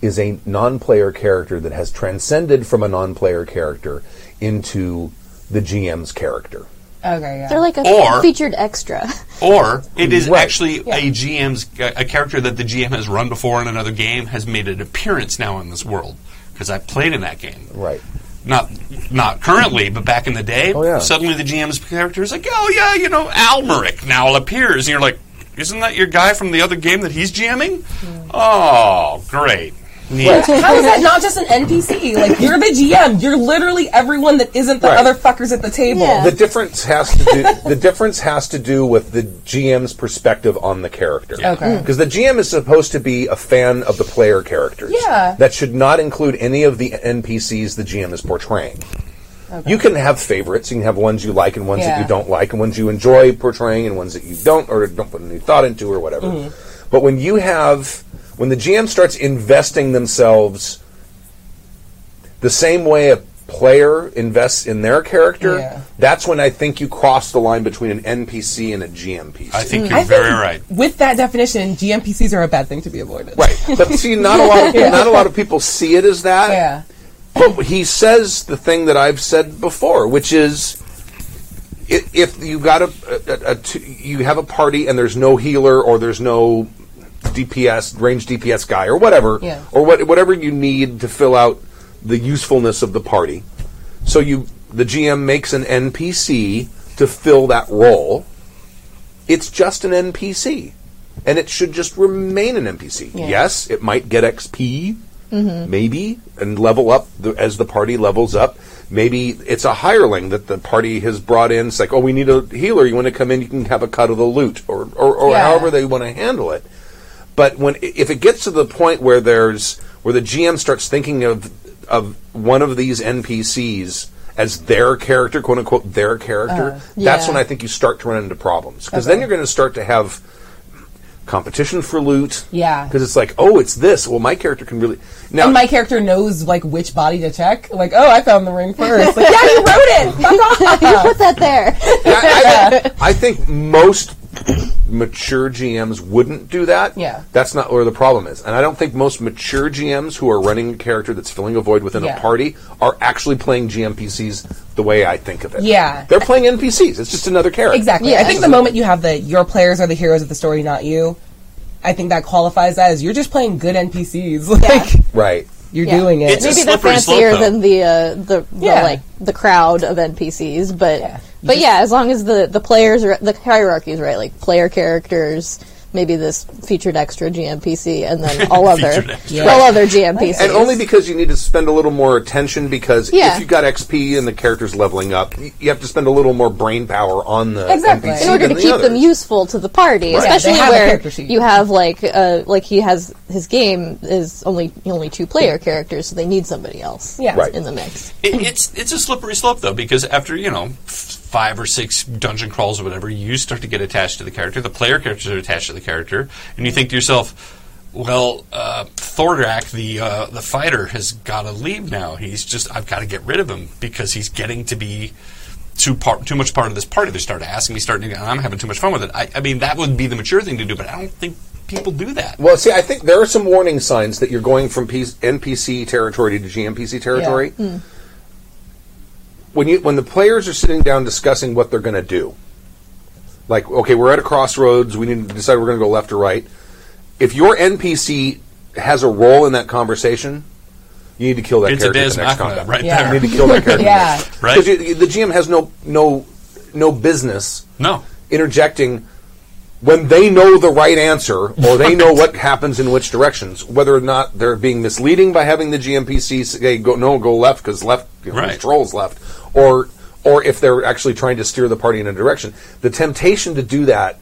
is a non player character that has transcended from a non player character into the GM's character.
Okay. Yeah.
They're like a
Or-
featured extra. (laughs)
Or it is
Right.
actually a GM's a a character that the GM has run before in another game has made an appearance now in this world because I played in that game.
Right.
Not not currently, but back in the day,
Oh, yeah.
suddenly the GM's character is like, oh yeah, you know, Almeric now appears, and you're like, isn't that your guy from the other game that he's GMing? Oh, great. Neat.
How is that not just an NPC? Like you're the GM. You're literally everyone that isn't the
Right.
other fuckers at the table.
Yeah.
The difference has to do (laughs) the difference has to do with the GM's perspective on the character.
Okay.
Because the GM is supposed to be a fan of the player characters.
Yeah.
That should not include any of the NPCs the GM is portraying. You can have favorites. You can have ones you like and ones that
Yeah.
you don't like, and ones you enjoy portraying and ones that you don't or don't put any thought into or whatever.
Mm-hmm.
But when you have when the GM starts investing themselves the same way a player invests in their character,
Yeah.
that's when I think you cross the line between an NPC and a GMPC.
I think
I
you're
think
very right.
With that definition, GMPCs are a bad thing to be avoided.
Right, but see, not
(laughs)
a lot. Of, Not a lot of people see it as that.
Yeah.
But he says the thing that I've said before, which is, i- if you got a, a, a, a two, you have a party and there's no healer or there's no DPS range DPS guy or whatever,
Yeah.
or what whatever you need to fill out the usefulness of the party. So you, the GM makes an NPC to fill that role. It's just an NPC, and it should just remain an NPC. Yes, it might get XP maybe and level up the, as the party levels up maybe it's a hireling that the party has brought in it's like oh we need a healer you want to come in you can have a cut of the loot or, or, or
Yeah.
however they want to handle it but when if it gets to the point where there's where the gm starts thinking of of one of these npcs as their character quote unquote their
Uh,
character that's
yeah.
when i think you start to run into problems because then you're going to start to have competition for loot
Yeah.
because it's like oh it's this well my character can really now
And my character knows like which body to check. Like, oh, I found the ring first. Like, yeah, you wrote it. Fuck off.
Put that there.
I,
(laughs)
I- I think most mature GMs wouldn't do that.
Yeah.
That's not where the problem is. And I don't think most mature GMs who are running a character that's filling a void within
Yeah.
a party are actually playing GMPCs the way I think of it.
Yeah.
They're playing NPCs. It's just another character.
Exactly. I think the moment you have the your players are the heroes of the story, not you. I think that qualifies that as you're just playing good NPCs. (laughs) Like
Right.
you're
Yeah.
doing it.
It's a
Maybe they're
slippery slope,
fancier
though.
than the, uh, the
Yeah.
the like the crowd of NPCs, but
Yeah. You
but
just-
yeah, as long as the the players are, the hierarchy is right, like player characters, maybe this featured extra GMPC
(laughs)
and then all
Featured
other
extra.
all other GMPCs.
And only because you need to spend a little more attention because
Yeah.
if you've got XP and the character's leveling up, y- you have to spend a little more brain power on the
Exactly.
NPC
in order to
than the
keep them
others.
useful to the party, especially
they have a character
where
sheet.
you have like uh, like he has his game is only only two player characters, so they need somebody else
Yeah.
Right.
in the mix.
It, it's it's a slippery slope though because after you know f- five or six dungeon crawls or whatever, you start to get attached to the character. The player characters are attached to the character, and you think to yourself, "Well, uh, Thordrak, the uh, the fighter, has got to leave now. He's just I've got to get rid of him because he's getting to be." Too, par- too much part of this party. They start asking me, starting, and I'm having too much fun with it. I, I mean, that would be the mature thing to do, but I don't think people do that.
Well, see, I think there are some warning signs that you're going from P- NPC territory to GMPC territory. When you when the players are sitting down discussing what they're going to do, like okay, we're at a crossroads. We need to decide we're going to go left or right. If your NPC has a role in that conversation, you need to kill that
It's a
character at
Deus
the next
Machina
combat.
right
Yeah.
there.
You need to kill that character.
Yeah.
Right.
Because the GM has no no no business
No.
interjecting when they know the right answer or they know what happens in which directions, whether or not they're being misleading by having the GMPC say go no go left because left you know,
Right.
there's trolls left, or or if they're actually trying to steer the party in a direction. The temptation to do that,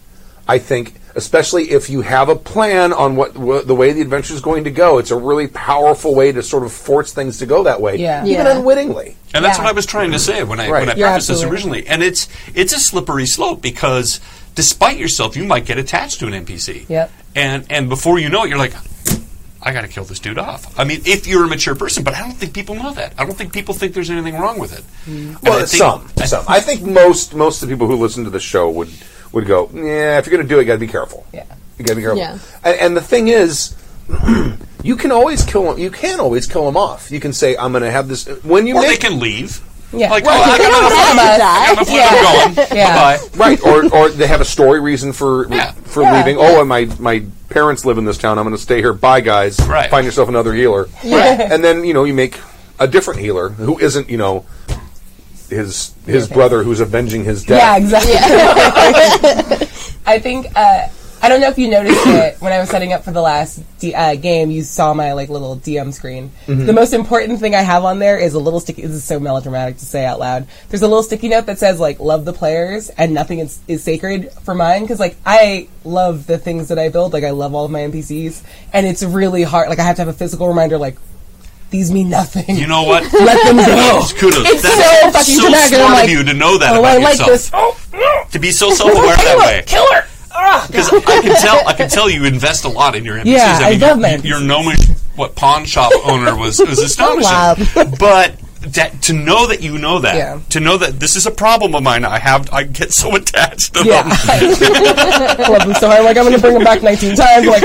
I think, especially if you have a plan on what, what the way the adventure is going to go, it's a really powerful way to sort of force things to go that way,
Yeah.
even
Yeah.
unwittingly.
And that's
Yeah.
what I was trying to say when I
Right.
when I
You're
prefaced this
absolutely
originally. And it's it's a slippery slope because despite yourself, you might get attached to an NPC.
Yep.
And and before you know it, you're like, I got to kill this dude off. I mean, if you're a mature person, but I don't think people know that. I don't think people think there's anything wrong with it.
Mm.
And
Well,
I think-
some, some. I think most most of the people who listen to the show would would go, yeah. If you're going to do it, you got to be careful.
Yeah.
you got to be careful.
Yeah.
And, and the thing is, (clears throat) you can always kill them. You can always kill them off. You can say, "I'm going to have this." When you
Or they
make
can leave.
Yeah.
Like,
Right.
oh,
(laughs)
I
They
got enough fun.
have
I got
that.
enough fun. I'm going.
Yeah.
Bye-bye.
right,
(laughs)
or or they have a story reason for
Yeah.
for leaving. Oh, and my my parents live in this town. I'm going to stay here. Bye, guys.
Right.
Find yourself another healer. And then you know you make a different healer who isn't you know his his brother who's avenging his death.
Yeah, exactly. (laughs) I think uh, I don't know if you noticed it when I was setting up for the last D- uh, game. You saw my like little DM screen. The most important thing I have on there is a little sticky. This is so melodramatic to say out loud. There's a little sticky note that says like "love the players" and nothing is, is sacred for mine because like I love the things that I build. Like I love all of my NPCs, and it's really hard. Like I have to have a physical reminder like these mean nothing.
You know what?
(laughs) Let them go.
Kudos.
It's
That's
so fucking dramatic, and I'm
smart
like,
of you to know that
oh,
about
I like
yourself.
this. Oh no!
To
(laughs)
be so self-aware that way.
Kill her! Ah!
Because I can
(laughs)
tell, I can tell you invest a lot in your NPCs.
Yeah, I
I mean,
love
your,
my
your gnomish what pawn shop
(laughs)
owner was was astonishing. but that, to know that you know that,
Yeah.
to know that this is a problem of mine. I have, I get so attached to
Yeah. (laughs)
them.
I love them so hard. Like, I'm going to bring them back 19 times. Like,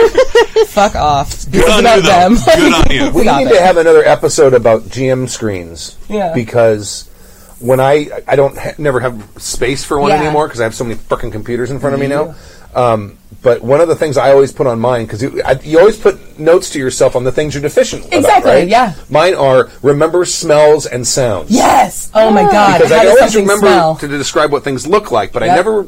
fuck off. This
Good
is
on
about
you, though.
them.
Good on you.
(laughs)
We
Stop
need
it.
to have another episode about GM screens.
Yeah.
Because when I I don't ha- never have space for one
Yeah.
anymore because I have so many fucking computers in front of me now. Um, but one of the things I always put on mine because you, I- you always put notes to yourself on the things you're deficient. about,
Exactly,
right?
yeah.
Mine are remember smells and sounds.
Yes. Oh my god.
Because
How
I
does
always
something
remember
smell?
to describe what things look like, but I
Yep.
never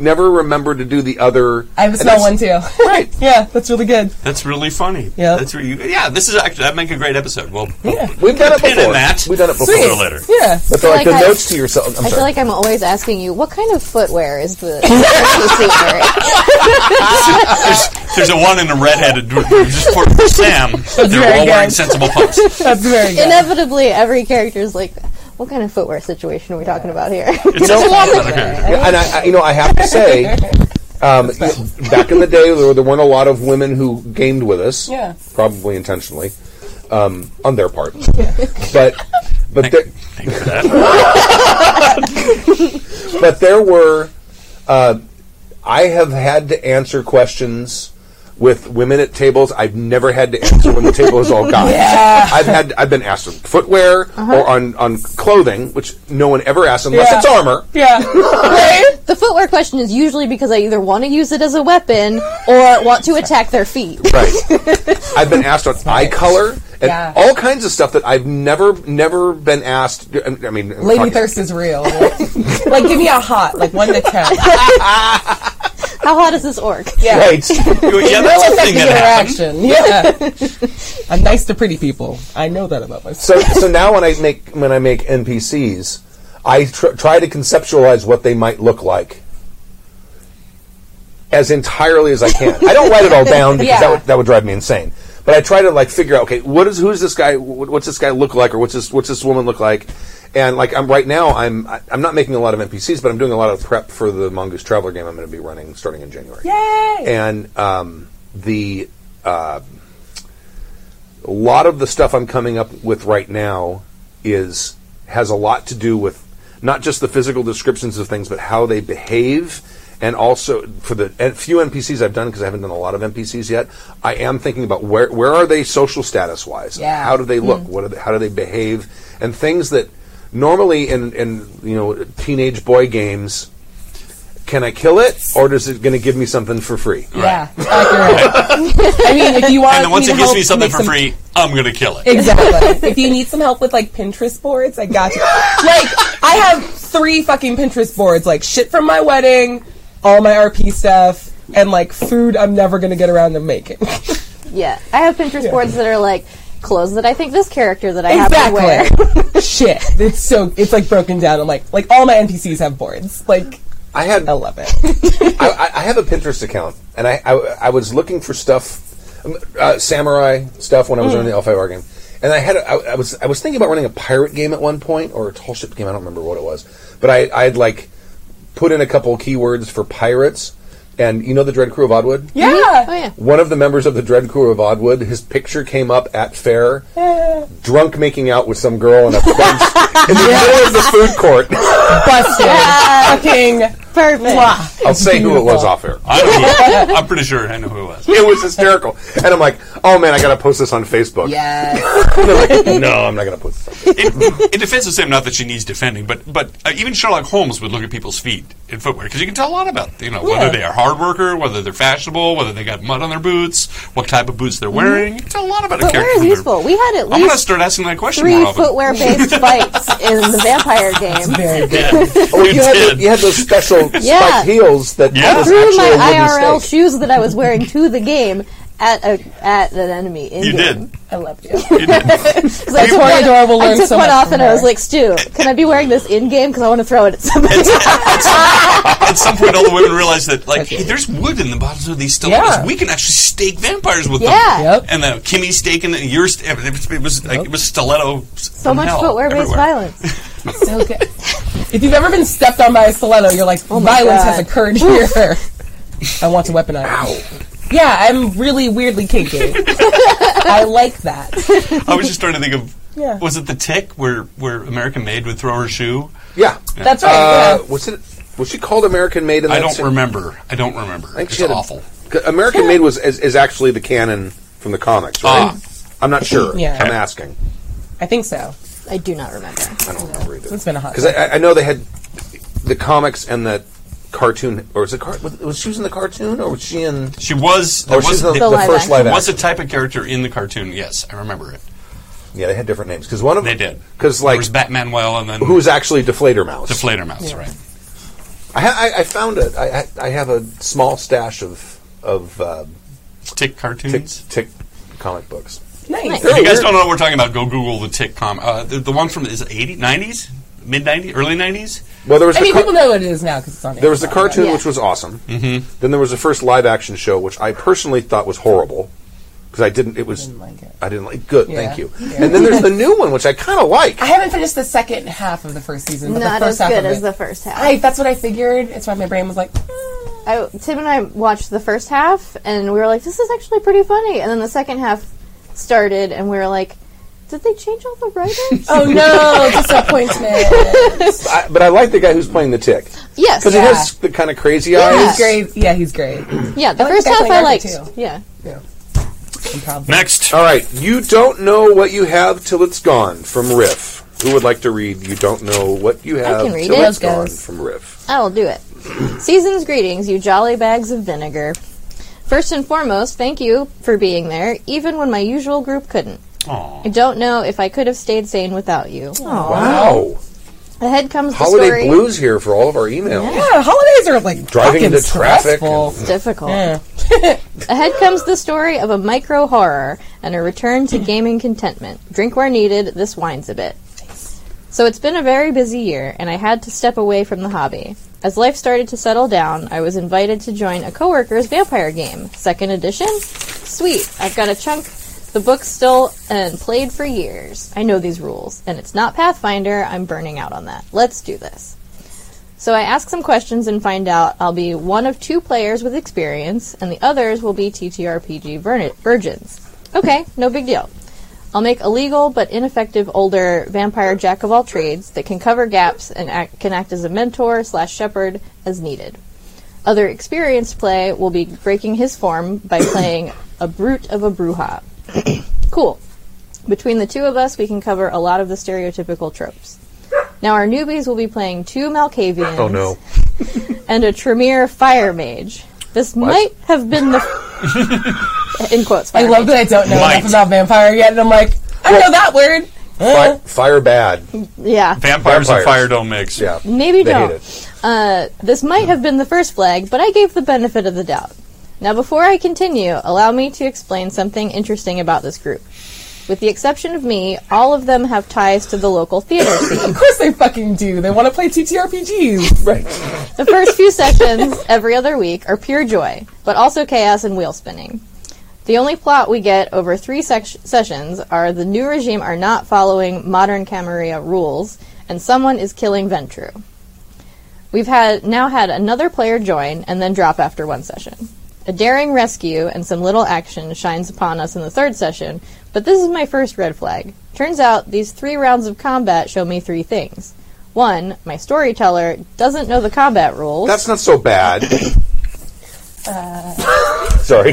never remember to do the other.
I have a
and
smell
that's-
one too.
Right.
yeah, that's really good.
That's really funny.
Yeah.
that's where you. Yeah, this is actually that make a great episode. Well,
We've done it
pin
before.
in that.
We've done it before.
Sooner or
(laughs)
later.
Yeah.
But they're like,
like
the
I-
notes to yourself. I'm sorry.
I feel like I'm always asking you, what kind of footwear is
(laughs)
the, is the secret?
There's, there's a one in a redheaded just for Sam. They're
very
all wearing
good.
sensible
(laughs)
pumps.
That's very good.
Inevitably, every character is like, what kind of footwear situation are we talking about here? (laughs)
It's a lot of character.
Yeah, and I, I, you know, I have to say, um, back in the day, there, there weren't a lot of women who gamed with us.
Yeah.
probably intentionally, um, on
(laughs)
their part. but but there,
Thank you for that.
(laughs) but there were. Uh, I have had to answer questions with women at tables. I've never had to answer when the
(laughs)
table is all guys. I've had I've been asked on footwear or on on clothing, which no one ever asks unless
Uh-huh. Yeah.
it's armor.
yeah. Right?
The footwear question is usually because I either want to use it as a weapon or want to attack their feet.
Right. (laughs) I've been asked on eye color and
Yeah.
all kinds of stuff that I've never, never been asked. I I mean, I'm
Lady
talking-
thirst is real. like, give me a hot, like one to ten.
How hot is this orc?
Yeah.
(laughs) Right.
yeah, that's a thing that happened.
interaction. Yeah. I'm nice to pretty people. I know that about myself.
so so now when I make when I make NPCs, I tr- try to conceptualize what they might look like as entirely as I can. I don't write it all down because that
Yeah.
would that would drive me insane. But I try to like figure out okay, what is who's this guy? wh- What's this guy look like, or what's this what's this woman look like? And like I'm right now, I'm I- I'm not making a lot of NPCs, but I'm doing a lot of prep for the Mongoose Traveler game I'm going to be running starting in January
Yay!
and um, the uh, a lot of the stuff I'm coming up with right now is has a lot to do with not just the physical descriptions of things, but how they behave. And also for the and few NPCs I've done because I haven't done a lot of NPCs yet, I am thinking about where where are they social status wise?
Yeah. Mm-hmm.
How do they look? What are they, how do they behave? And things that normally in in you know teenage boy games, can I kill it or is it going to give me something for free?
Yeah. Accurate. I mean, if you want
And then once
to
it gives
help
me something
make
for
some-
free, I'm going to kill it.
Exactly. if you need some help with like Pinterest boards, I got (laughs) you. Like, I have three fucking Pinterest boards, like shit from my wedding, all my RP stuff, and like food I'm never gonna get around to making.
Yeah. I have Pinterest boards that are like clothes that I think this character that I have to wear.
exactly. (laughs) shit. It's so it's like broken down. I'm like like all my NPCs have boards. Like
I had
I
Oh,
I,
love it.
I I have a Pinterest account, and I I, I was looking for stuff, um, uh, samurai stuff when I was running the L5R game, and I had a- I I was I was thinking about running a pirate game at one point or a tall ship game. I don't remember what it was, but I I had like put in a couple keywords for pirates, and you know the Dread Crew of Oddwood.
Oh yeah.
One of the members of the Dread Crew of Oddwood, his picture came up at fair, drunk making out with some girl on a bench in the middle of the food court.
Busted. fucking
Perfect.
blah.
I'll say who it was off air.
(laughs)
I don't know. who- I'm pretty sure I know who it was.
It was hysterical. And I'm like, oh man, I gotta post this on Facebook.
Yes.
And they're like, (laughs) no, I'm not gonna post this on Facebook.
in, in defense of Sam, not that she needs defending, but but uh, even Sherlock Holmes would look at people's feet and footwear because you can tell a lot about you know
Yeah.
whether they are hard worker, whether they're fashionable, whether they got mud on their boots, what type of boots
Mm-hmm.
they're wearing. You can tell a lot about a
Footwear
character.
is
from their-
useful. We had at
I'm going to
least
start asking that question
three
more often. (laughs)
footwear based fights in the vampire game.
Very (laughs) good.
Oh, you,
(laughs)
had
did.
the, you had those special
(laughs) Yeah.
spiked heels that
Yeah.
was
Threw
actually
my
a wooden
IRL
stake.
shoes that I was wearing to the game at a at an enemy in
You
game.
did.
I loved you.
You did.
Because I took,
Poor
one,
Adora will
I
learn
took
so
one
much
off
from
and I was
her.
like, Stu, can I be wearing this in game? Because I want to throw it at somebody. (laughs)
(laughs) At some point, all the women realized that like hey, there's wood in the bottoms of these stilettos.
Yeah.
We can actually stake vampires with
Yeah.
them.
Yep.
And the Kimmy staking and your st- it was it was, like, it was stiletto.
so much footwear based violence.
So good. If you've ever been stepped on by a stiletto, you're like,
Oh my
violence
God.
has occurred here. I want to weaponize. Yeah, I'm really weirdly kinky. I like that.
I was just trying to think of.
Yeah.
Was it the tick where where American Maid would throw her shoe?
Yeah.
That's right.
Uh,
yeah.
was it? Was she called American Maid? In
I
that
don't
scene?
remember. I don't remember.
I think
it's
she had a-
awful.
'Cause American Maid was is, is actually the canon from the comics, right?
Ah.
I'm not sure.
Yeah.
I'm asking.
I think so.
I do not remember.
I don't remember either.
It's been a hot.
Because I, I know they had the comics and the cartoon, or was it car- was, was she was in the cartoon, or was she in?
She was. There
Or Oh, she's
was,
the,
there
the
live
first
action.
live
was
action.
a type of character in the cartoon. Yes, I remember it.
Yeah, they had different names because one of
They did.
because
There
like
was Batman Well, and then
who's actually Deflator Mouse?
the Flater Mouse, right?
I, ha- I, I found it. I, I- I have a small stash of of uh,
Tick
tick
cartoons.
tick comic books.
nice.
If you guys don't know what we're talking about, go Google the Tick com. Uh, the, the one from is it 80s, 90s, mid 90s, early 90s.
Well, there was
I
the
mean,
car-
people know what it is now because it's on.
there was the
Amazon, right?
cartoon
Yeah.
which was awesome. Mm-hmm. Then there was the first live action show which I personally thought was horrible because I didn't. It was
Didn't like it.
I didn't like. Good,
Yeah.
thank you. And then there's the new one which I kind of like.
I haven't finished the second half of the first season. But
Not
the
as
first half
good
of
as
it-
the first half.
I. That's what I figured. It's why my brain was
(laughs)
like,
I, Tim and I watched the first half, and we were like, "This is actually pretty funny." And then the second half started, and we were like, "Did they change all the writers?"
(laughs) oh no, disappointment.
I, but I like the guy who's playing the tick
(laughs) yes,
because he
yeah.
has the kind of crazy
he's
eyes.
great. Yeah, he's
(clears throat)
great.
Yeah, the
I like
first
the guy
half I
playing
liked.
Arthur, too.
Yeah,
Improv.
Next,
All right, you don't know what you have till it's gone from Riff. Who would like to read? You don't know what you have
read
till
it.
it's gone
Goes.
from Riff.
I will do it. Season's greetings, you jolly bags of vinegar. First and foremost, thank you for being there, even when my usual group couldn't. I don't know if I could have stayed sane without you.
Wow.
Ahead comes the
Holiday
story.
blues here for all of our emails.
Yeah, holidays are like
Driving
fucking
into traffic
stressful.
It's difficult.
Yeah.
(laughs) Ahead comes the story of a micro horror and a return to gaming contentment. Drink where needed, this wines a bit. So it's been a very busy year, and I had to step away from the hobby. As life started to settle down, I was invited to join a coworker's vampire game, second edition. Sweet, I've got a chunk. The book still and played for years. I know these rules, and it's not Pathfinder. I'm burning out on that. Let's do this. So I ask some questions and find out I'll be one of two players with experience, and the others will be TTRPG virni- virgins. Okay, no big deal. I'll make a legal but ineffective older vampire jack of all trades that can cover gaps and act, can act as a mentor slash shepherd as needed. Other experienced play will be breaking his
(coughs)
form by playing a brute of a bruja. cool. Between the two of us, we can cover a lot of the stereotypical tropes. Now our newbies will be playing two Malkavians
Oh no.
(laughs) and a Tremere fire mage. This might have been the
(laughs)
(laughs) in quotes.
I
fire
love
mage.
that I don't know
Might.
enough about vampire yet, and I'm like, I know that word.
Fi-
(laughs)
fire bad.
Yeah,
Vampires, and
Vampires.
fire don't mix.
Yeah.
maybe
They
don't.
hate it.
Uh, this might have been the first flag, but I gave the benefit of the doubt. Now, before I continue, allow me to explain something interesting about this group. With the exception of me, all of them have ties to the local theater scene.
Of course they fucking do. They want to play TTRPGs.
Right.
The first few sessions, every other week, are pure joy, but also chaos and wheel spinning. The only plot we get over three sec- sessions are the new regime are not following modern Camarilla rules, and someone is killing Ventru. We've had now had another player join and then drop after one session. A daring rescue and some little action shines upon us in the third session, but this is my first red flag. Turns out these three rounds of combat show me three things. One, my storyteller doesn't know the combat rules.
That's not so
Uh,
bad. Sorry.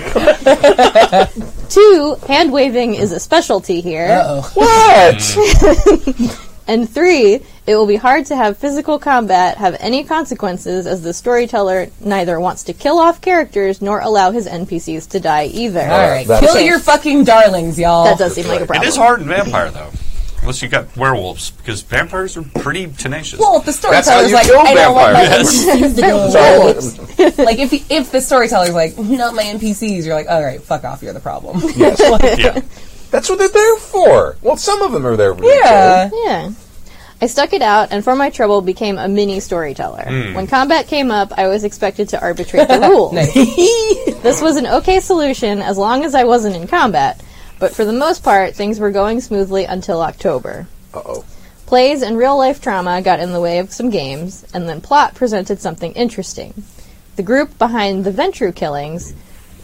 Two, hand waving is a specialty here.
what?
And three, it will be hard to have physical combat have any consequences as the storyteller neither wants to kill off characters nor allow his NPCs to die either.
All right,
that's-
kill your fucking darlings, y'all.
That does seem like a
It
problem.
is hard in vampire though, unless you got werewolves because vampires are pretty tenacious.
well, if the
That's how
storyteller's
you
like,
kill
I don't want my
vampires.
NPCs to
(laughs)
go
Sorry.
away. Like if the, if the storyteller's like, not my NPCs, you're like, all right, fuck off, you're the
(laughs)
problem.
yeah.
That's what they're there for. Well, some of them are there for. the
yeah.
Yeah. I stuck it out and for my trouble became a mini storyteller. When combat came up, I was expected to arbitrate the rules.
(laughs)
This was an okay solution as long as I wasn't in combat, but for the most part, things were going smoothly until October.
joke. Uh-oh.
Plays and real life trauma got in the way of some games, and then plot presented something interesting. The group behind the Ventru killings,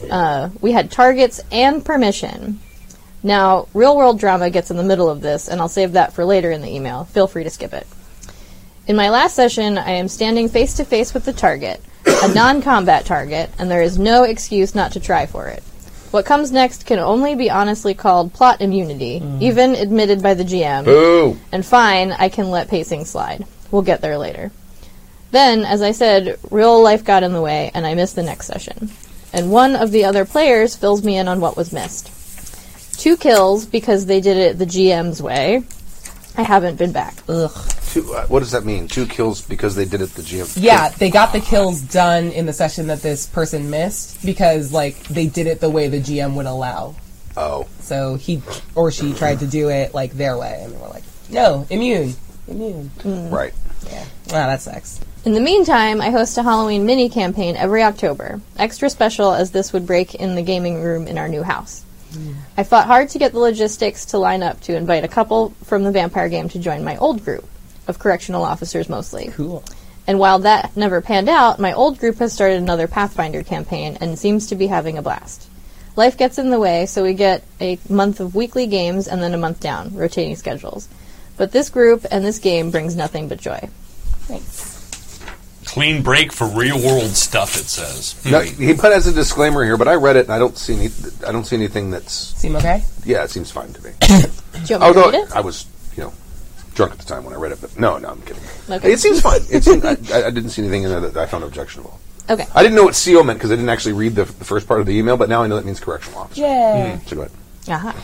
uh, we had targets and permission. Now, real world drama gets in the middle of this, and I'll save that for later in the email. Feel free to skip it. In my last session, I am standing face to face with the target, a non combat target, and there is no excuse not to try for it. What comes next can only be honestly called plot immunity, even admitted by the GM
Boo.
and fine, I can let pacing slide. We'll get there later. Then, as I said, real life got in the way, and I missed the next session. And one of the other players fills me in on what was missed. Two kills because they did it the GM's way. I haven't been back.
Two, uh, what does that mean? Two kills because they did it the GM.
Yeah, they got the kills done in the session that this person missed because like they did it the way the GM would allow.
Oh.
So he or she tried to do it like their way, and they were like, no, immune, immune.
Right.
Wow, that sucks.
In the meantime, I host a Halloween mini campaign every October, extra special as this would break in the gaming room in our new house. I fought hard to get the logistics to line up to invite a couple from the vampire game to join my old group, of correctional officers mostly.
Cool.
And while that never panned out, my old group has started another Pathfinder campaign and seems to be having a blast. Life gets in the way, so we get a month of weekly games and then a month down, rotating schedules. But this group and this game brings nothing but joy.
Clean break for real world stuff. It says.
No, he put as a disclaimer here, but I read it and I don't see any. I don't see anything that's.
Seem okay?
Yeah, it seems fine to me.
Do you want me to read
Although
it?
I was, you know, drunk at the time when I read it, but no, no, I'm kidding.
Okay.
It seems fine. It seemed, I, I didn't see anything in there that I found objectionable.
Okay.
I didn't know what CO meant because I didn't actually read the, the first part of the email, but Mm. now I know that means correctional officer.
Yeah.
So go ahead.
Aha. Um,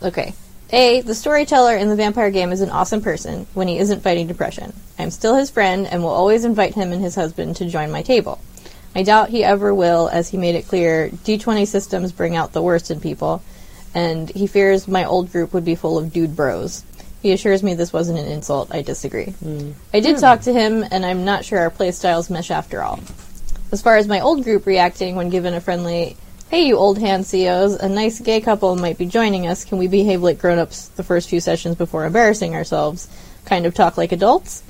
Uh-huh. okay. A. The storyteller in the vampire game is an awesome person when he isn't fighting depression. I'm still his friend and will always invite him and his husband to join my table. I doubt he ever will, as he made it clear D20 systems bring out the worst in people, and he fears my old group would be full of dude bros. He assures me this wasn't an insult. I disagree. I did talk to him, and I'm not sure our playstyles mesh after all. As far as my old group reacting when given a friendly, hey, you old hand COs, a nice gay couple might be joining us. Can we behave like grown ups the first few sessions before embarrassing ourselves? Kind of talk like adults?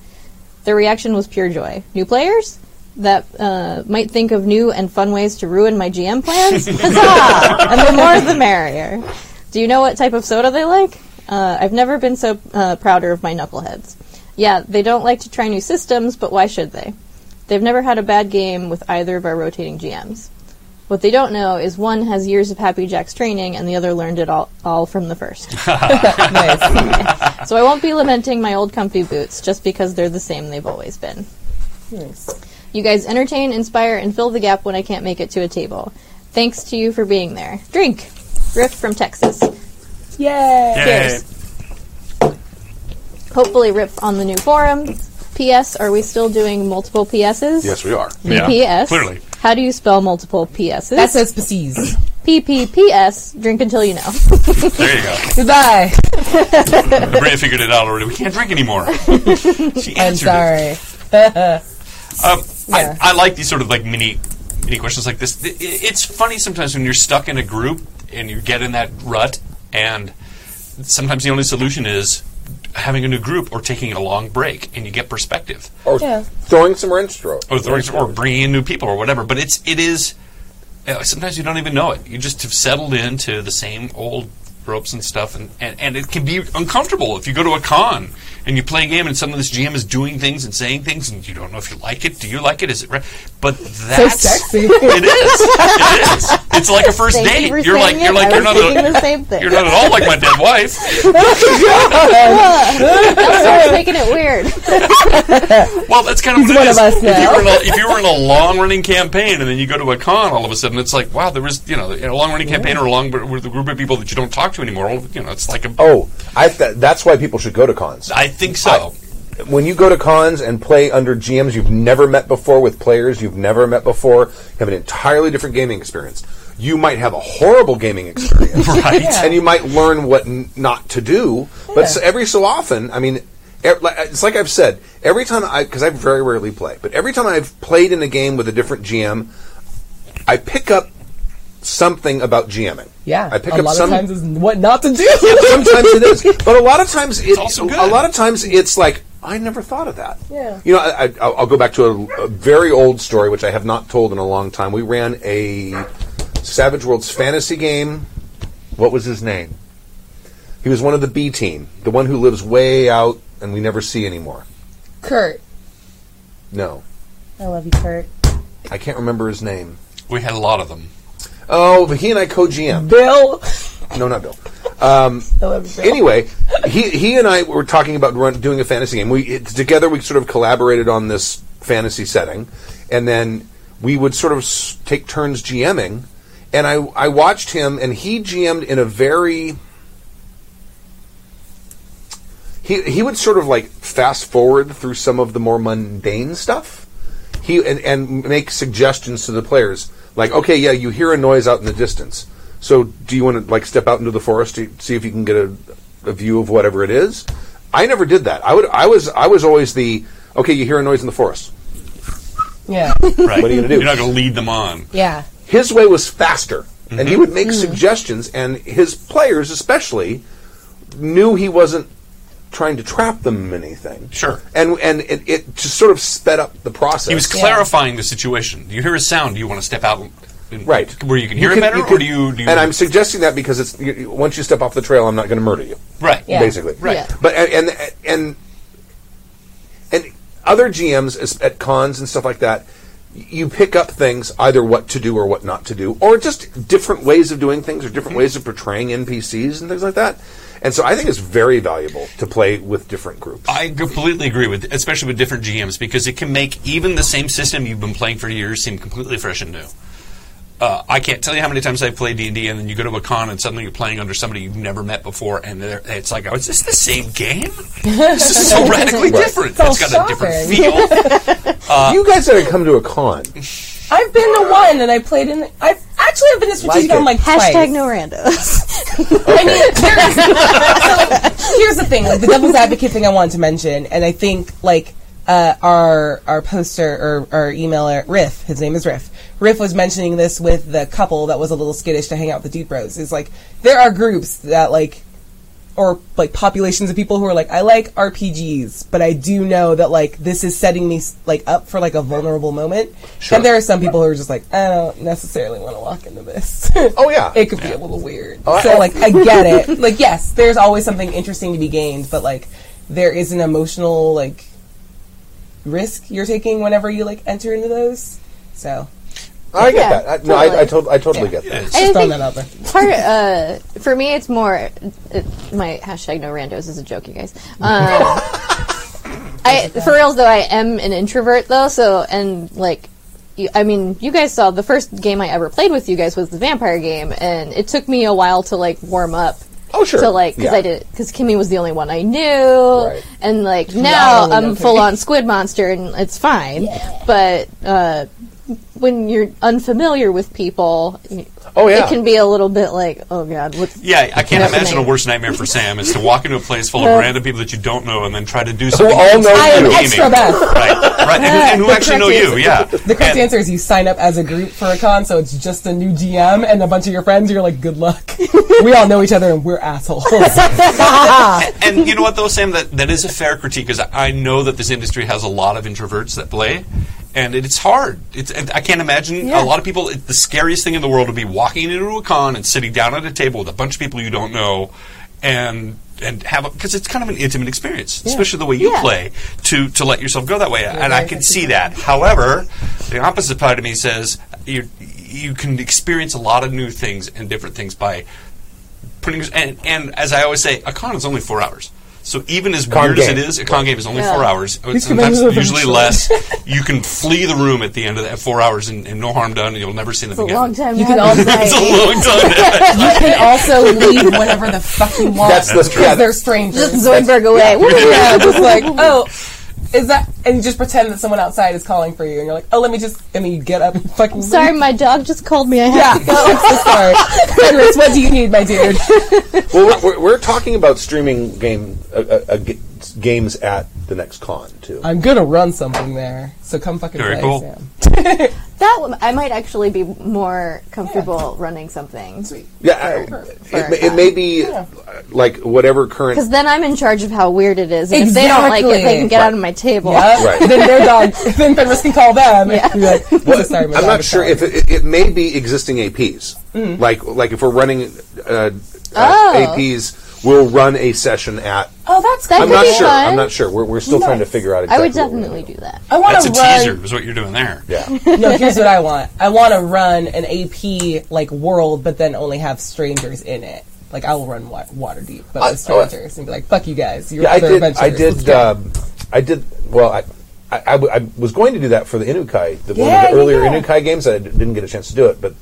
Their reaction was pure joy. New players? That uh, might think of new and fun ways to ruin my GM plans? Huzzah! and the more the merrier. Do you know what type of soda they like? Uh, I've never been so uh, prouder of my knuckleheads. Yeah, they don't like to try new systems, but why should they? They've never had a bad game with either of our rotating GMs. What they don't know is one has years of Happy Jack's training and the other learned it all, all from the first.
nice.
so I won't be lamenting my old comfy boots just because they're the same they've always been.
nice.
You guys entertain, inspire, and fill the gap when I can't make it to a table. Thanks to you for being there. Drink! Riff from Texas.
Yay.
Yay.
Hopefully, Riff on the new forum. P.S. Are we still doing multiple P.S.s?
Yes, we are.
Yeah,
P.S.
clearly.
How do you spell multiple P.S.s?
That says Pisces.
P.P.P.S. Drink until you know.
There you go.
Goodbye.
Bria figured it out already. We can't
(laughs)
drink anymore. She
I'm
answered it.
sorry.
Um,
Yeah.
I, I like these sort of like mini mini questions like this. Th- i- It's funny sometimes when you're stuck in a group and you get in that rut, and sometimes the only solution is having a new group or taking a long break, and you get perspective
Or
Yeah.
throwing some wrench throw.
or, throwing, or bringing in new people or whatever. But it's it is uh, sometimes you don't even know it. You just have settled into the same old ropes and stuff, and, and, and it can be uncomfortable if you go to a con and you play a game and suddenly this GM is doing things and saying things and you don't know if you like it. Do you like it? Is it right? But that's
sexy.
It is. It is. It's like a first
Thank
date.
you for
You're like
saying
you're
it.
like
I
you're
was
not
thinking the
a,
same thing.
you're not at all like my dead wife.
(laughs) That's making it weird.
Well, that's kind of
He's
what
one
it is.
of us
If you
now.
were in a, if you were in a long running campaign and then you go to a con, all of a sudden it's like, wow, there was you know in a long running campaign or a long with a group of people that you don't talk to anymore. all of- You know, it's like a.
Oh, I th- that's why people should go to cons.
I think so.
when you go to cons and play under GMs you've never met before with players you've never met before, you have an entirely different gaming experience. You might have a horrible gaming experience,
(laughs) Right.
And you might learn what n- not to do. But so, every so often, I mean, e- like- it's like I've said every time I because I very rarely play, but every time I've played in a game with a different GM, I pick up something about GMing.
Yeah.
I pick
a
up
lot
some
of times is what not to do.
sometimes it is,
(laughs)
but a lot of times it's
also good.
a lot of times it's like I never thought of that.
Yeah.
You know, I, I, I'll I'll go back to a, a very old story which I have not told in a long time. We ran a Savage Worlds fantasy game. What was his name? He was one of the B team, the one who lives way out and we never see anymore.
Kurt.
No,
I love you, Kurt.
I can't remember his name.
We had a lot of them.
Oh, but he and I co-GM.
Bill.
No, not Bill. (laughs)
I love you, Bill.
Um, anyway, he he and I were talking about run, doing a fantasy game. We it, together we sort of collaborated on this fantasy setting, and then we would sort of s- take turns GMing. And I I watched him, and he GM'd in a very he he would sort of like fast forward through some of the more mundane stuff. He and, and make suggestions to the players, like, okay, yeah, you hear a noise out in the distance. So do you want to like step out into the forest to see if you can get a, a view of whatever it is? I never did that. I would I was I was always the okay, you hear a noise in the forest.
Yeah.
Right.
What are you gonna do?
You're not going to lead them on.
(laughs) Yeah.
his way was faster, and
Mm-hmm.
he would make suggestions, and his players especially knew he wasn't trying to trap them in anything.
Sure.
and and it, it just sort of sped up the process.
He was clarifying the situation. You hear a sound. Do you want to step out? and-
right
Where you can hear it better,
could-
or do you? Do you
and I'm suggesting that because it's you, you- once you step off the trail, I'm not going to murder you.
right.
Yeah.
basically.
Right.
Yeah.
But and and and, and other GMs is- at cons and stuff like that, you pick up things either what to do or what not to do, or just different ways of doing things or different ways of portraying NPCs and things like that. And so I think it's very valuable to play with different groups.
I completely agree with, especially with different GMs, because it can make even the same system you've been playing for years seem completely fresh and new. Uh, I can't tell you how many times I've played D and D, and then you go to a con and suddenly you're playing under somebody you've never met before, and they're- it's like, oh, is this the same game? this is
(laughs)
so radically different.
It's all
it's got a
shocking.
different
(laughs)
feel.
you guys haven't come to a con.
I've been to one and I played in. I've actually I've been to
Like
Strategic
it.
on like
Hashtag
twice.
no randos.
I mean, there's- so, here's the thing: like the devil's advocate thing I wanted to mention, and I think like uh, our our poster or our emailer Riff, his name is Riff. Riff was mentioning this with the couple that was a little skittish to hang out with the Dude Bros. Is like there are groups that like or like populations of people who are like I like RPGs, but I do know that like this is setting me s- like up for like a vulnerable moment. And there are some people who are just like I don't necessarily want to walk into this. (laughs)
Oh, yeah.
it could be a little weird.
Oh, I-
so like I get
(laughs)
it. Like yes, there's always something interesting to be gained, but like there is an emotional like risk you're taking whenever you like enter into those. So
I get
Yeah,
that. I, no, I, I, tot- I totally get that.
It's-
I
just throwing
think
that out there.
part uh, for me, it's more it, my hashtag no randos is a joke, you guys. Um, I for reals though, I am an introvert though, so and like. you- I mean, you guys saw the first game I ever played with you guys was the vampire game, and it took me a while to like warm up.
Oh, sure.
To like, because
Yeah.
I did, because Kimmy was the only one I knew,
Right.
and like
I
now
only know
I'm
Kimmy.
full on squid monster, and it's fine. But uh, when you're unfamiliar with people,
Oh, yeah.
it can be a little bit like, oh god, what?
yeah, I can't
That's
imagine a
amazing.
worse nightmare for Sam is to walk into a place full of random people that you don't know and then try to do something.
all know
that's
you.
gaming.
Extra bad.
Right, right. And, who- and who
(laughs) The
actually know
correct
you,
answer-
yeah.
The correct
And-
answer is you sign up as a group for a con, so it's just a new GM and a bunch of your friends. You're like, good (laughs) luck. we all know each other and we're (laughs) assholes.
and you know what though, Sam? That that is a fair critique because I know that this industry has a lot of introverts that play, and it, it's hard. It's and I can't imagine
Yeah.
a lot of people. It, the scariest thing in the world would be walking into a con and sitting down at a table with a bunch of people you don't know, and and have because it's kind of an intimate experience, especially the way you
Yeah.
play to to let yourself go that way. and I
very
can see that. However, the opposite part of me says you you can experience a lot of new things and different things by putting and, and as I always say, a con is only four hours. So even as
Con
weird as it
game.
is, a con game is only
Yeah.
four hours.
These
Sometimes
commandos are
usually
very
(laughs)
less. you can flee the room at the end of that four hours and, and no harm done. and You'll never see them
It's a
again.
long time.
You
to
can
have
also-
anxiety."
It's (laughs) a long
(laughs)
time.
you can also leave whenever the fuck you want
That's the-
because
yeah.
they're strangers.
Just Zoidberg away.
(laughs) yeah, just like, oh, is that? And you just pretend that someone outside is calling for you, and you're like, oh, let me just. And then you get up and fucking.
Sorry,
leave.
my dog just called me. I have
Yeah, (laughs) I'm so sorry. Fenris, what do you need, my dude?
Well, we're, we're, we're talking about streaming game uh, uh, uh, g- games at the next con too.
I'm gonna run something there, so come fucking
Very
play,
cool.
Sam.
that. one- I might actually be more comfortable running something
Sweet.
yeah, I, it,
for a
may- it
con.
may be uh, like whatever
because
current.
then I'm in charge of how weird it is. And If they don't like it,
Exactly.
they can get out of my table.
Yeah.
Right.
Then their dog. (laughs) Then Fenris can call them.
Yeah.
You're like, I'm so sorry, my
I'm
dog
not
is
sure
calling.
if it, it, it may be existing APs. Like like if we're running uh, uh,
Mm-hmm. Oh.
APs, we'll run a session at.
Oh, that's
That
cool.
I'm
could
not
be
sure.
fun.
I'm not sure. We're, we're still trying to figure out.
I
Exactly what
would
we're
definitely
gonna
do that.
I want
That's
to
a
run.
teaser. Is what you're doing there.
Yeah.
(laughs) No, here's what I want. I want to run an AP like world, but then only have strangers in it. Like I will run wa- water deep, but
I-
with strangers and be like, "Fuck you guys, your
Yeah, I
other
did. I
adventures."
did. Um, I did. Well, I, I, I w- I was going to do that for the Inukai, the, one
Yeah,
of the earlier
yeah.
Inukai games. I d- didn't get a chance to do it, but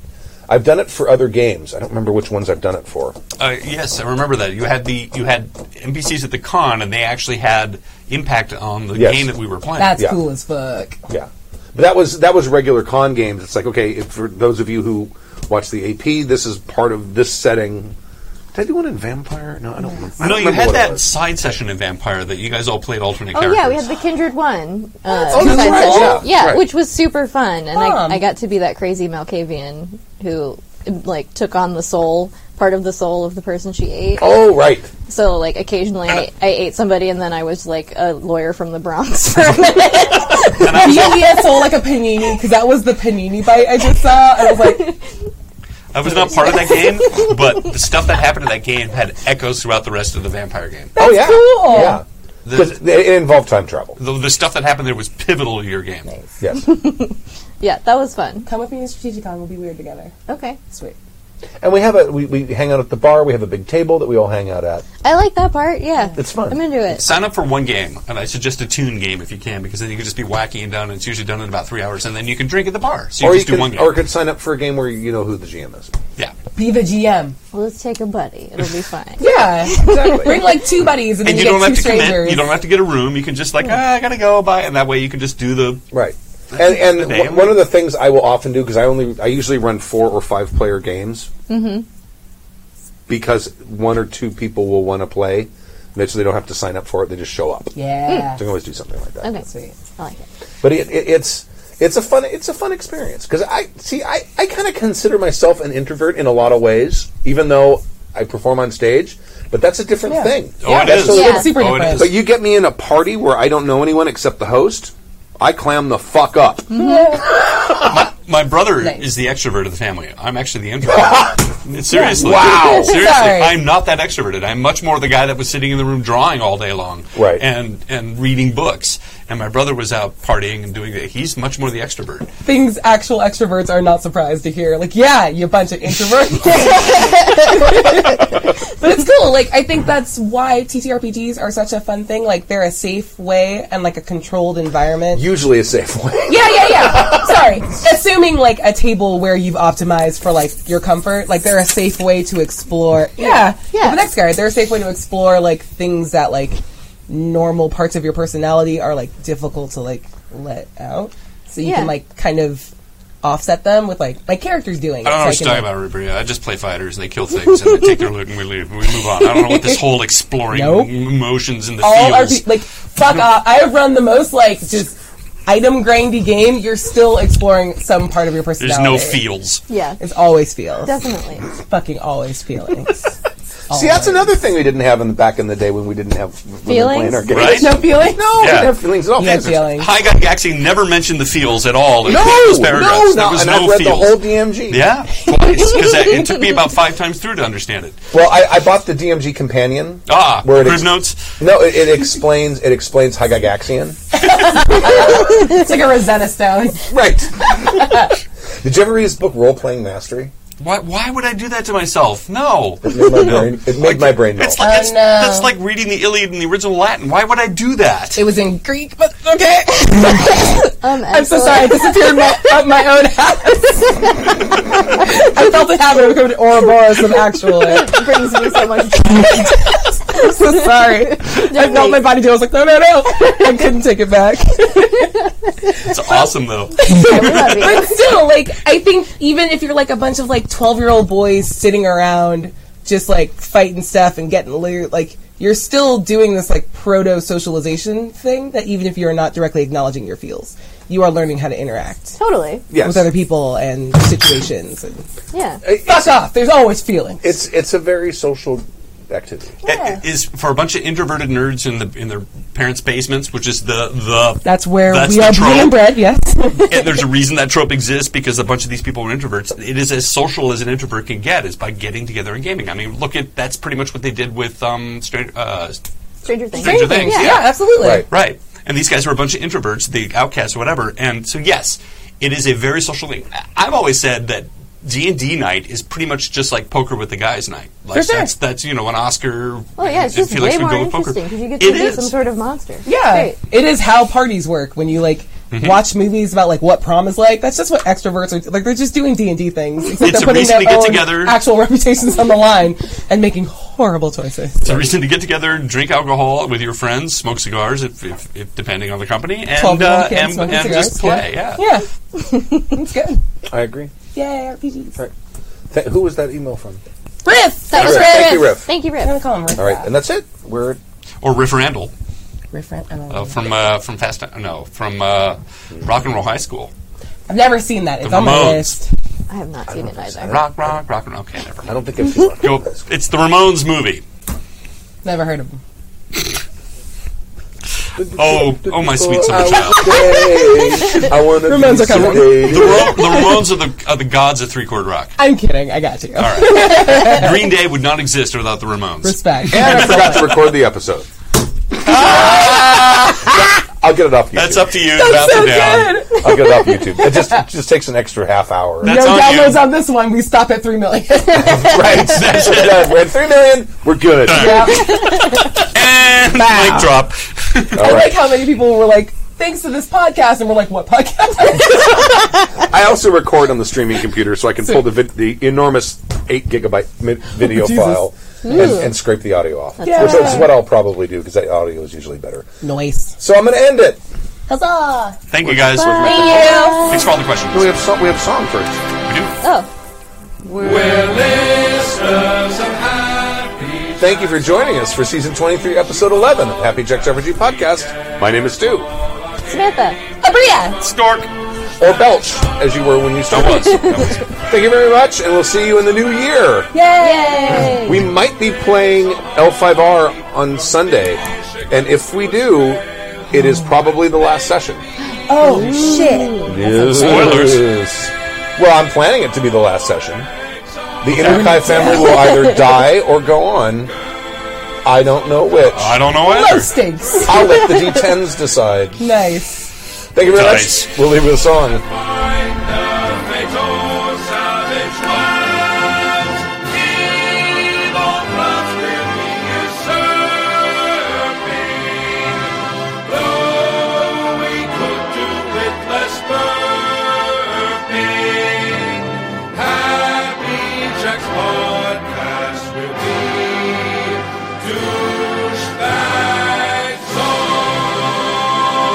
I've done it for other games. I don't remember which ones I've done it for.
Uh, yes, I remember that. You had the you had NPCs at the con, and they actually had impact on the
Yes.
game that we were playing.
That's
Yeah.
cool as fuck.
Yeah, but that was that was regular con games. It's like okay, if for those of you who watch the AP, this is part of this setting. Did I do one in Vampire? No, I don't. remember. I
no,
don't
you
remember
had
what it
that
was.
side session in Vampire that you guys all played alternate
Oh
characters.
yeah, we had the kindred one. Uh,
Oh, that's
side
right.
session.
Yeah,
Yeah,
right.
which was super fun, and
Fun.
I, I got to be that crazy Malkavian who like took on the soul part of the soul of the person she ate.
Oh right.
So like occasionally I, I ate somebody and then I was like a lawyer from the Bronx (laughs)
(laughs)
for a minute.
Be a soul like a panini because that was the panini bite I just saw. I was like,
I was not part of that game, but the stuff that happened in that game had echoes throughout the rest of the vampire game.
oh yeah.
cool.
Yeah.
The-
'Cause it it involved time travel.
The, the stuff that happened there was pivotal to your game.
Yes.
(laughs) yeah, that was fun.
"Come with me to Strategicon. We'll be weird together."
Okay.
Sweet.
And we have a we, we hang out at the bar. We have a big table that we all hang out at.
I like that part. Yeah,
It's fun.
I'm into it.
Sign up for one game, and I suggest a tune game if you can, because then you can just be wacky and done, and it's usually done in about three hours, and then you can drink at the bar. So you
or
just do
you
one
can,
game.
or could sign up for a game where you know who the GM is.
yeah.
Be the GM.
Well, let's take a buddy. It'll be
(laughs)
fine.
Yeah, Bring like two buddies and,
And
then
you
you,
don't
get
have
two
to
strangers.
commit. You don't have to get a room. You can just like, ah, I gotta go by, and that way you can just do the.
Right. And and
Damn.
w- one of the things I will often do because I only I usually run four or five player games because one or two people will want to play, and so they don't have to sign up for it. They just show up.
yeah.
So I can always do something like that.
Okay,
Sweet.
I like it.
But it, it, it's it's a fun it's a fun experience because I see I, I kind of consider myself an introvert in a lot of ways, even though I perform on stage. But that's a different
Yeah.
thing.
Oh, it
That's
is.
a little-
Yeah.
Super
oh, it
different.
is.
But you get me in a party where I don't know anyone except the host. I clam the fuck up.
Mm-hmm.
My brother
Nice.
is the extrovert of the family. I'm actually the
(laughs)
introvert. Seriously.
Wow.
Seriously,
Sorry.
I'm not that extroverted. I'm much more the guy that was sitting in the room drawing all day long,
Right.
And and reading books. And my brother was out partying and doing that. He's much more the extrovert.
Things actual extroverts are not surprised to hear. Like, yeah, you bunch of introverts. (laughs) but it's cool. Like, I think that's why TTRPGs are such a fun thing. Like, they're a safe way and like a controlled environment.
Usually a safe (laughs) way.
Yeah, yeah, yeah. Sorry. Assuming like a table where you've optimized for like your comfort, like they're a safe way to explore. Yeah,
Yeah.
The next guy, they're a safe way to explore like things that like normal parts of your personality are like difficult to like let out. So you
Yeah.
can like kind of offset them with like my character's doing.
I don't know what
so
you're talking about, Rubria. I just play fighters and they kill things and they take their loot and we leave. We move on. I don't know what this whole
(laughs)
exploring
Nope.
emotions in the
All
fields.
RP- like fuck off. I run the most like just item grindy game. You're still exploring some part of your
There's
personality.
(laughs)
no feels.
Yeah,
It's always feels.
definitely.
fucking always feelings.
See, that's another thing we didn't have in the back in the day when we didn't have when we were playing
Feelings?
our games.
Right?
No feelings?
No, we
Yeah.
didn't have (laughs) feelings at all.
You had feelings.
High Guy Gaxi never mentioned the feels at all in
No,
this
no,
paragraph. there
no,
was
and
no
I've read
feels.
the whole DMG.
yeah, twice because it took me about
(laughs)
five times through to understand it.
Well, I, I bought the DMG companion.
Ah,
Where it
grim
ex-
notes.
No, it, it explains it explains Hygaxian.
It's like a Rosetta Stone.
Right. Did you ever read his book Role Playing Mastery?
Why, why would I do that to myself? No.
It made (laughs) my brain, it made my brain melt.
It's like, that's,
Oh, no.
that's like reading the Iliad in the original Latin. Why would I do that?
It was in Greek, but okay.
Um,
I'm so sorry. I disappeared my, up my own house. (laughs) I felt it happening. We come to Ouroboros of actual. (laughs)
It brings me so much.
I'm so sorry. (laughs) I felt my body do. I was like, no, no, no. I couldn't take it back. (laughs)
It's awesome though.
(laughs)
but (laughs) still, like, I think even if you're like a bunch of like 12 year old boys sitting around just like fighting stuff and getting lit, like, you're still doing this like proto socialization thing that even if you're not directly acknowledging your feels, you are learning how to interact
Totally.
yes.
with other people and situations. And
Yeah.
fuck off, there's always feeling.
It's it's a very social activity.
Yeah.
It is for a bunch of introverted nerds in the in their parents' basements, which is the the
That's where
That's
we
the
are
trope.
born and bred, yes.
and there's a reason that trope exists because a bunch of these people are introverts. It is as social as an introvert can get is by getting together and gaming. I mean, look at that's pretty much what they did with um, Stranger, uh,
Stranger Things.
Stranger Things.
yeah, absolutely.
Right.
Right. And these guys were a bunch of introverts, the outcasts or whatever. And so, yes, it is a very social thing. I- I've always said that D and D night is pretty much just like poker with the guys night. Like
For sure.
that's that's you know an Oscar.
Well, Oh, yeah, it's
and
just way
would
more
go with poker.
interesting because you get to
It
be
is.
some sort of monster.
Yeah,
Great.
it is how parties work when you like
Mm-hmm.
watch movies about like what prom is like. That's just what extroverts are like. They're just doing D and D things, except
It's
they're
a
putting
reason
their
to get
own
together.
actual (laughs) reputations on the line and making horrible choices.
It's a reason to get together, drink alcohol with your friends, smoke cigars, if, if, if depending on the company, and
12-year-old
uh,
kids
and,
smoking
and
cigars,
just play. Yeah.
Yeah, (laughs) it's good.
I agree.
Yeah, RPGs. Riff.
Th- who was that email from?
That was
Riff. Thank you, Riff.
Thank you,
I'm gonna
Riff.
call him Riff.
All right, and that's it. We're
Or Riff Randall
Riff Rant. I don't know.
uh, from uh, from Fast no from uh, Rock and Roll High School.
I've never seen that. It's
The
on my
Ramones.
list.
I have not seen it either.
Rock, rock, rock and okay, never.
I
mind.
don't think I've seen one.
Go, it's the Ramones movie.
Never heard of him.
Oh, oh my sweet
uh,
summer
(laughs)
child.
Hey, I want to
Ramones are coming.
The, Ro- the Ramones are the, are the gods of three chord rock.
I'm kidding. I got you.
All right. Green Day would not exist without (laughs) the Ramones.
Respect.
And I forgot to record the episode. I'll get it off YouTube.
That's up to you.
That's
Mouth
so
it down.
good.
I'll get it off YouTube. It just it just takes an extra half hour.
That's
No
on
downloads
you.
on this one. We stop at three
(laughs)
million.
right. (laughs) We're done. We're at three million. We're good.
And
Wow.
mic drop.
I
All
like
right.
how many people were like, "Thanks to this podcast," and we're like, "What podcast?"
I also record on the streaming computer, so I can pull the vid- the enormous eight gigabyte mi- video
Jesus.
file and, and scrape the audio off,
Yeah.
which is what I'll probably do because that audio is usually better.
Noise.
So I'm going to end it.
Huzzah!
Thank you guys.
Thank
Thanks for all the questions.
We have song. We have song first.
We do.
Oh.
Thank you for joining us for season 23, episode 11 of Happy Jack's RPG podcast. My name is Stu, or
Samantha. Abria.
Stork.
Belch, as you were when you
That was.
started.
That was.
(laughs) Thank you very much, and we'll see you in the new year.
Yay!
We might be playing L5R on Sunday, and if we do, it is probably the last session.
Oh shit!
Spoilers.
Well, I'm planning it to be the last session. The Inukai family will either (laughs) die or go on. I don't know which.
I don't know
No
(laughs)
either.
stinks.
I'll let the D10s decide.
Nice.
Thank you very
Nice.
much. We'll leave with a song.
Jack's podcast will be douchebags on.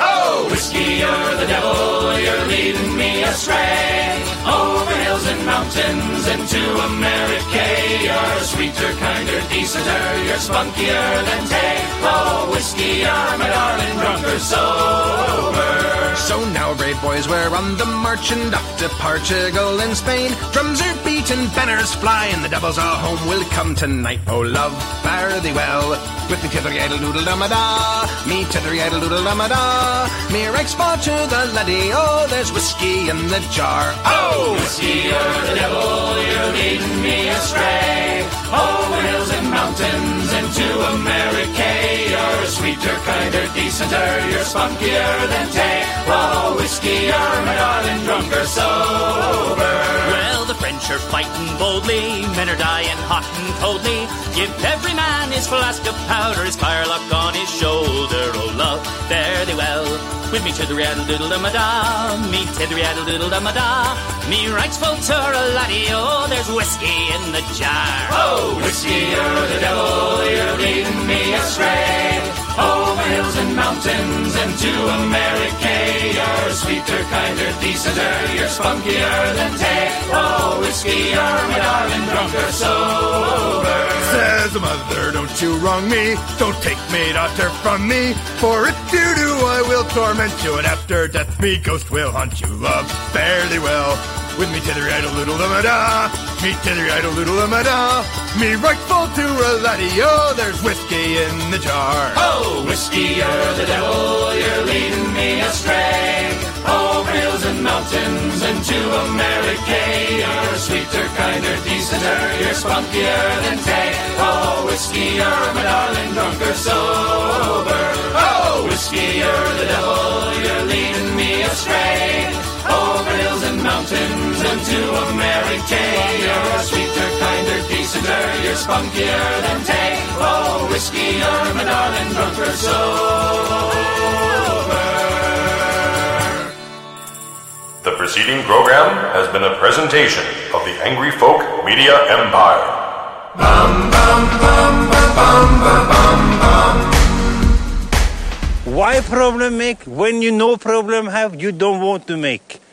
Oh, whiskey, you're the devil, you're leading me astray. Over hills and mountains into a married cay. You're sweeter, kinder, decenter, you're spunkier than day. Oh, whiskey, you're my darling, drunk or sober.
So now, brave boys, we're on the march and off to Portugal and Spain. Drums are beaten, banners fly, and the devils are home will come tonight. Oh, love, fare thee well. With me tither yaddle doodle dum da, me tither yaddle doodle dum da. Me rex paw to the laddie, oh, there's whiskey in the jar.
Oh, whiskey, you're the devil, you're leading me astray. Over hills and mountains into America. You're sweeter, kinder, decenter, you're spunkier than tay. Oh, whiskey, you're my darling, drunk or sober.
Well, the French are fighting boldly, men are dying hot and coldly. Give every man his flask of powder, his firelock on his shoulder. Oh, love, fare thee well. With me to the rattle diddle da da, me to the rattle diddle da da. Me rights folks are a laddie, oh, there's whiskey in the jar.
Oh, whiskey, you're the devil, you're leading me astray. Over hills and mountains and to America. You're sweeter, kinder, decenter, you're spunkier than tay. Oh, whiskey, you're my darling, drunk or sober.
Says the mother, don't you wrong me, don't take me daughter from me, for if you do, I will torment you, and after death me ghost will haunt you. Love, fare thee well. With me tither idle little da me tither idle little da me rightful to a laddie, oh, there's whiskey in the jar.
Oh, whiskey, you're the devil, you're leading me astray. Over hills and mountains and to America. You're sweeter, kinder, decenter, you're spunkier than tay. Oh, whiskey, you're my darling, drunk or sober. Oh, whiskey, you're the devil, you're leading me astray. Over hills and mountains and to America. You're sweeter, kinder, decenter, you're spunkier than tay. Oh, whiskey, you're my darling, drunk or sober.
The preceding program has been a presentation of the Angry Folk Media Empire.
Why problem make when you no problem have you don't want to make?